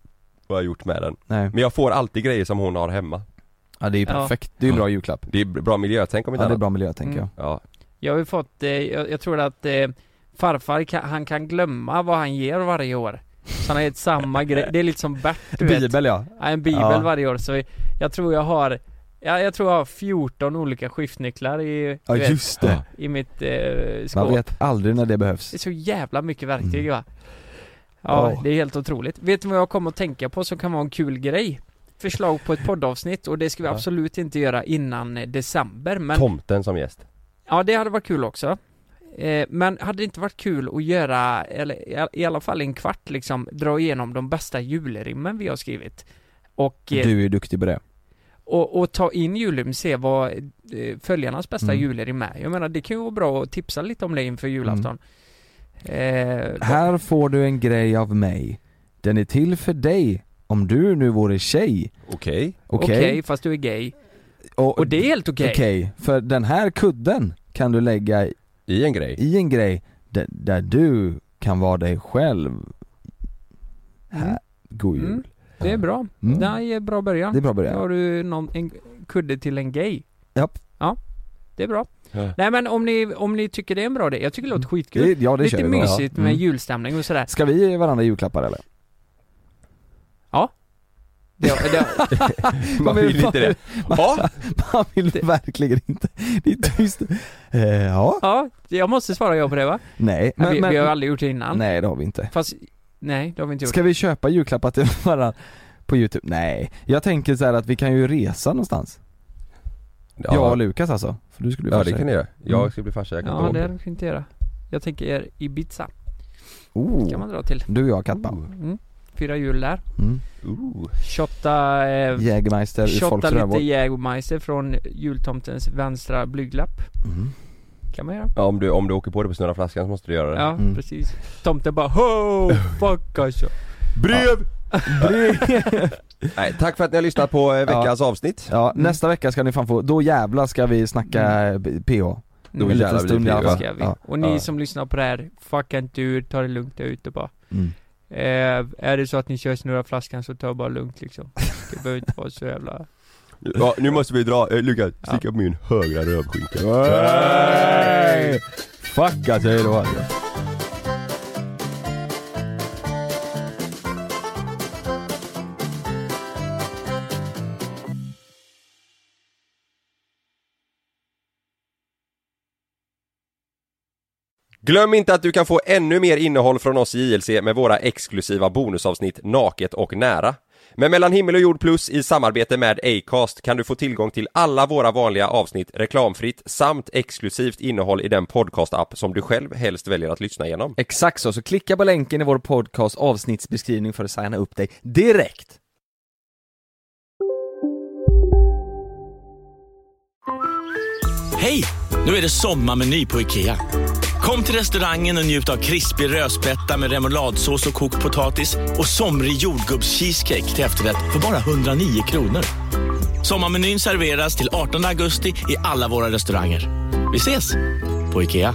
Speaker 4: vad jag har gjort med den.
Speaker 7: Nej.
Speaker 4: Men jag får alltid grejer som hon har hemma.
Speaker 7: Ja det är ju
Speaker 6: Ja.
Speaker 7: perfekt, det är ju en bra julklapp
Speaker 4: Det är bra miljötänk om inte
Speaker 7: Ja det är
Speaker 4: annat.
Speaker 7: bra miljö
Speaker 6: Mm.
Speaker 7: tänker jag
Speaker 4: Ja.
Speaker 6: Jag har ju fått, eh, jag, jag tror att eh, farfar kan, han kan glömma vad han ger varje år Så han har gett samma grej, det är lite som Bert du vet
Speaker 7: Bibel ja
Speaker 6: ja, En bibel
Speaker 7: Ja.
Speaker 6: varje år så vi- jag tror jag har Ja, jag tror jag har 14 olika skiftnycklar i,
Speaker 7: Ja
Speaker 6: du vet,
Speaker 7: just det,
Speaker 6: i mitt eh, skåp
Speaker 7: man vet aldrig när det behövs
Speaker 6: Det är så jävla mycket verktyg va Ja,
Speaker 7: Ja.
Speaker 6: det är helt otroligt. Vet du vad jag kom att tänka på som kan vara en kul grej? Förslag på ett poddavsnitt och det ska vi
Speaker 4: Ja.
Speaker 6: absolut inte göra innan eh, december men
Speaker 4: Tomten som gäst.
Speaker 6: Ja, det hade varit kul också. Eh, Men hade det inte varit kul att göra, eller i all- i alla fall en kvart liksom, dra igenom de bästa julrimmen vi har skrivit? Och, eh,
Speaker 7: Du är duktig på det
Speaker 6: och, och ta in julrim, se vad eh, följarnas bästa
Speaker 7: Mm.
Speaker 6: julrim är. Jag menar, det kan ju vara bra att tipsa lite om det inför julafton. Eh,
Speaker 7: Här får du en grej av mig Den är till för dig om du nu vore tjej
Speaker 4: Okej.
Speaker 7: Okej?
Speaker 6: Okej, fast du är gay.
Speaker 7: Och,
Speaker 6: Och det är helt okej.
Speaker 7: Okej, för den här kudden kan du lägga
Speaker 4: I en grej.
Speaker 7: i en grej där, där du kan vara dig själv. Här. God jul.
Speaker 6: Mm. Det är bra.
Speaker 7: Mm.
Speaker 6: Det är bra början.
Speaker 7: Det är bra början.
Speaker 6: Då har du någon, en kudde till en gay.
Speaker 7: Japp.
Speaker 6: Ja, det är bra.
Speaker 4: Ja.
Speaker 6: Nej men om ni, om ni tycker det är en bra idé, jag tycker det låter skitkul.
Speaker 7: Mm. Det, ja det kör
Speaker 6: Lite
Speaker 7: vi. bara.
Speaker 6: mysigt med
Speaker 7: Mm.
Speaker 6: julstämning och sådär.
Speaker 7: Ska vi ge varandra julklappar eller?
Speaker 6: Det, det,
Speaker 4: Man vill inte det. Ja,
Speaker 7: Man vill verkligen inte. Det är tyst. Eh, ja,
Speaker 6: ja, jag måste svara ja på det va?
Speaker 7: nej. Men,
Speaker 6: vi,
Speaker 7: men,
Speaker 6: vi har ju aldrig gjort det innan.
Speaker 7: nej det har vi inte.
Speaker 6: Fast, nej det har vi inte gjort.
Speaker 7: Ska vi köpa julklappar till varandra på youtube? Nej. Jag tänker så här att vi kan ju resa någonstans. Jag och
Speaker 4: ja,
Speaker 7: Lukas alltså. För Mm. du skulle bli
Speaker 4: ja
Speaker 7: farsa.
Speaker 4: det kan ni göra. Jag ska bli farsa, jag kan
Speaker 6: ja
Speaker 4: inte
Speaker 6: det
Speaker 4: ihåg.
Speaker 6: hade vi inte göra. Jag tänker Ibiza, kan
Speaker 7: oh.
Speaker 6: man dra till.
Speaker 7: Du och jag kattband.
Speaker 6: Mm. Fyra jul där.
Speaker 7: Mm.
Speaker 4: Ooh.
Speaker 6: Shotta, eh,
Speaker 7: Jägermeister ur folks
Speaker 6: shotta lite
Speaker 7: rövhål.
Speaker 6: Jägermeister från jultomtens vänstra blygdlapp.
Speaker 7: Mm.
Speaker 6: Kan man göra.
Speaker 4: Ja, om, du, om du åker på det på snurra flaskan så måste du göra det.
Speaker 6: Ja,
Speaker 7: Mm.
Speaker 6: precis. Tomten bara ho, fuck alltså.
Speaker 4: Brev! Nej, tack för att ni har lyssnat på eh, veckans avsnitt.
Speaker 7: Ja, nästa vecka ska ni fan få, då jävlar ska vi snacka
Speaker 6: Mm.
Speaker 7: eh, PH.
Speaker 4: Då
Speaker 7: En
Speaker 4: jävlar
Speaker 7: liten
Speaker 4: blir det
Speaker 7: stund i alla
Speaker 4: PH.
Speaker 7: fall.
Speaker 6: ska vi.
Speaker 7: Ja.
Speaker 6: Mm. Och ni
Speaker 4: Ja.
Speaker 6: som lyssnar på det här, fucka inte ur, ta det lugnt där ute bara.
Speaker 7: Mm.
Speaker 6: Eh, är det så att ni kör snurra flaskan så ta bara lugnt liksom. Det behöver inte vara så jävla...
Speaker 4: Ja, nu måste vi dra. Eh, Lukas, slicka på min högra rövskinka.
Speaker 7: Hey! Fuck alltså, hej då.
Speaker 4: Glöm inte att du kan få ännu mer innehåll från oss i JLC med våra exklusiva bonusavsnitt Naket och nära. Med Mellan himmel och jord plus i samarbete med Acast kan du få tillgång till alla våra vanliga avsnitt reklamfritt samt exklusivt innehåll i den podcast-app som du själv helst väljer att lyssna igenom.
Speaker 7: Exakt så, så klicka på länken i vår podcast avsnittsbeskrivning för att signa upp dig direkt.
Speaker 5: Hej! Nu är det sommarmeny på IKEA. Kom till restaurangen och njut av krispig rödspätta med remouladsås och kokt potatis och somrig jordgubbscheesecake till efterrätt för bara 109 kronor. Sommarmenyn serveras till 18 augusti i alla våra restauranger. Vi ses! På IKEA.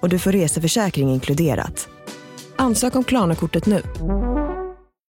Speaker 3: och du får reseförsäkring inkluderat. Ansök om Klarna-kortet nu.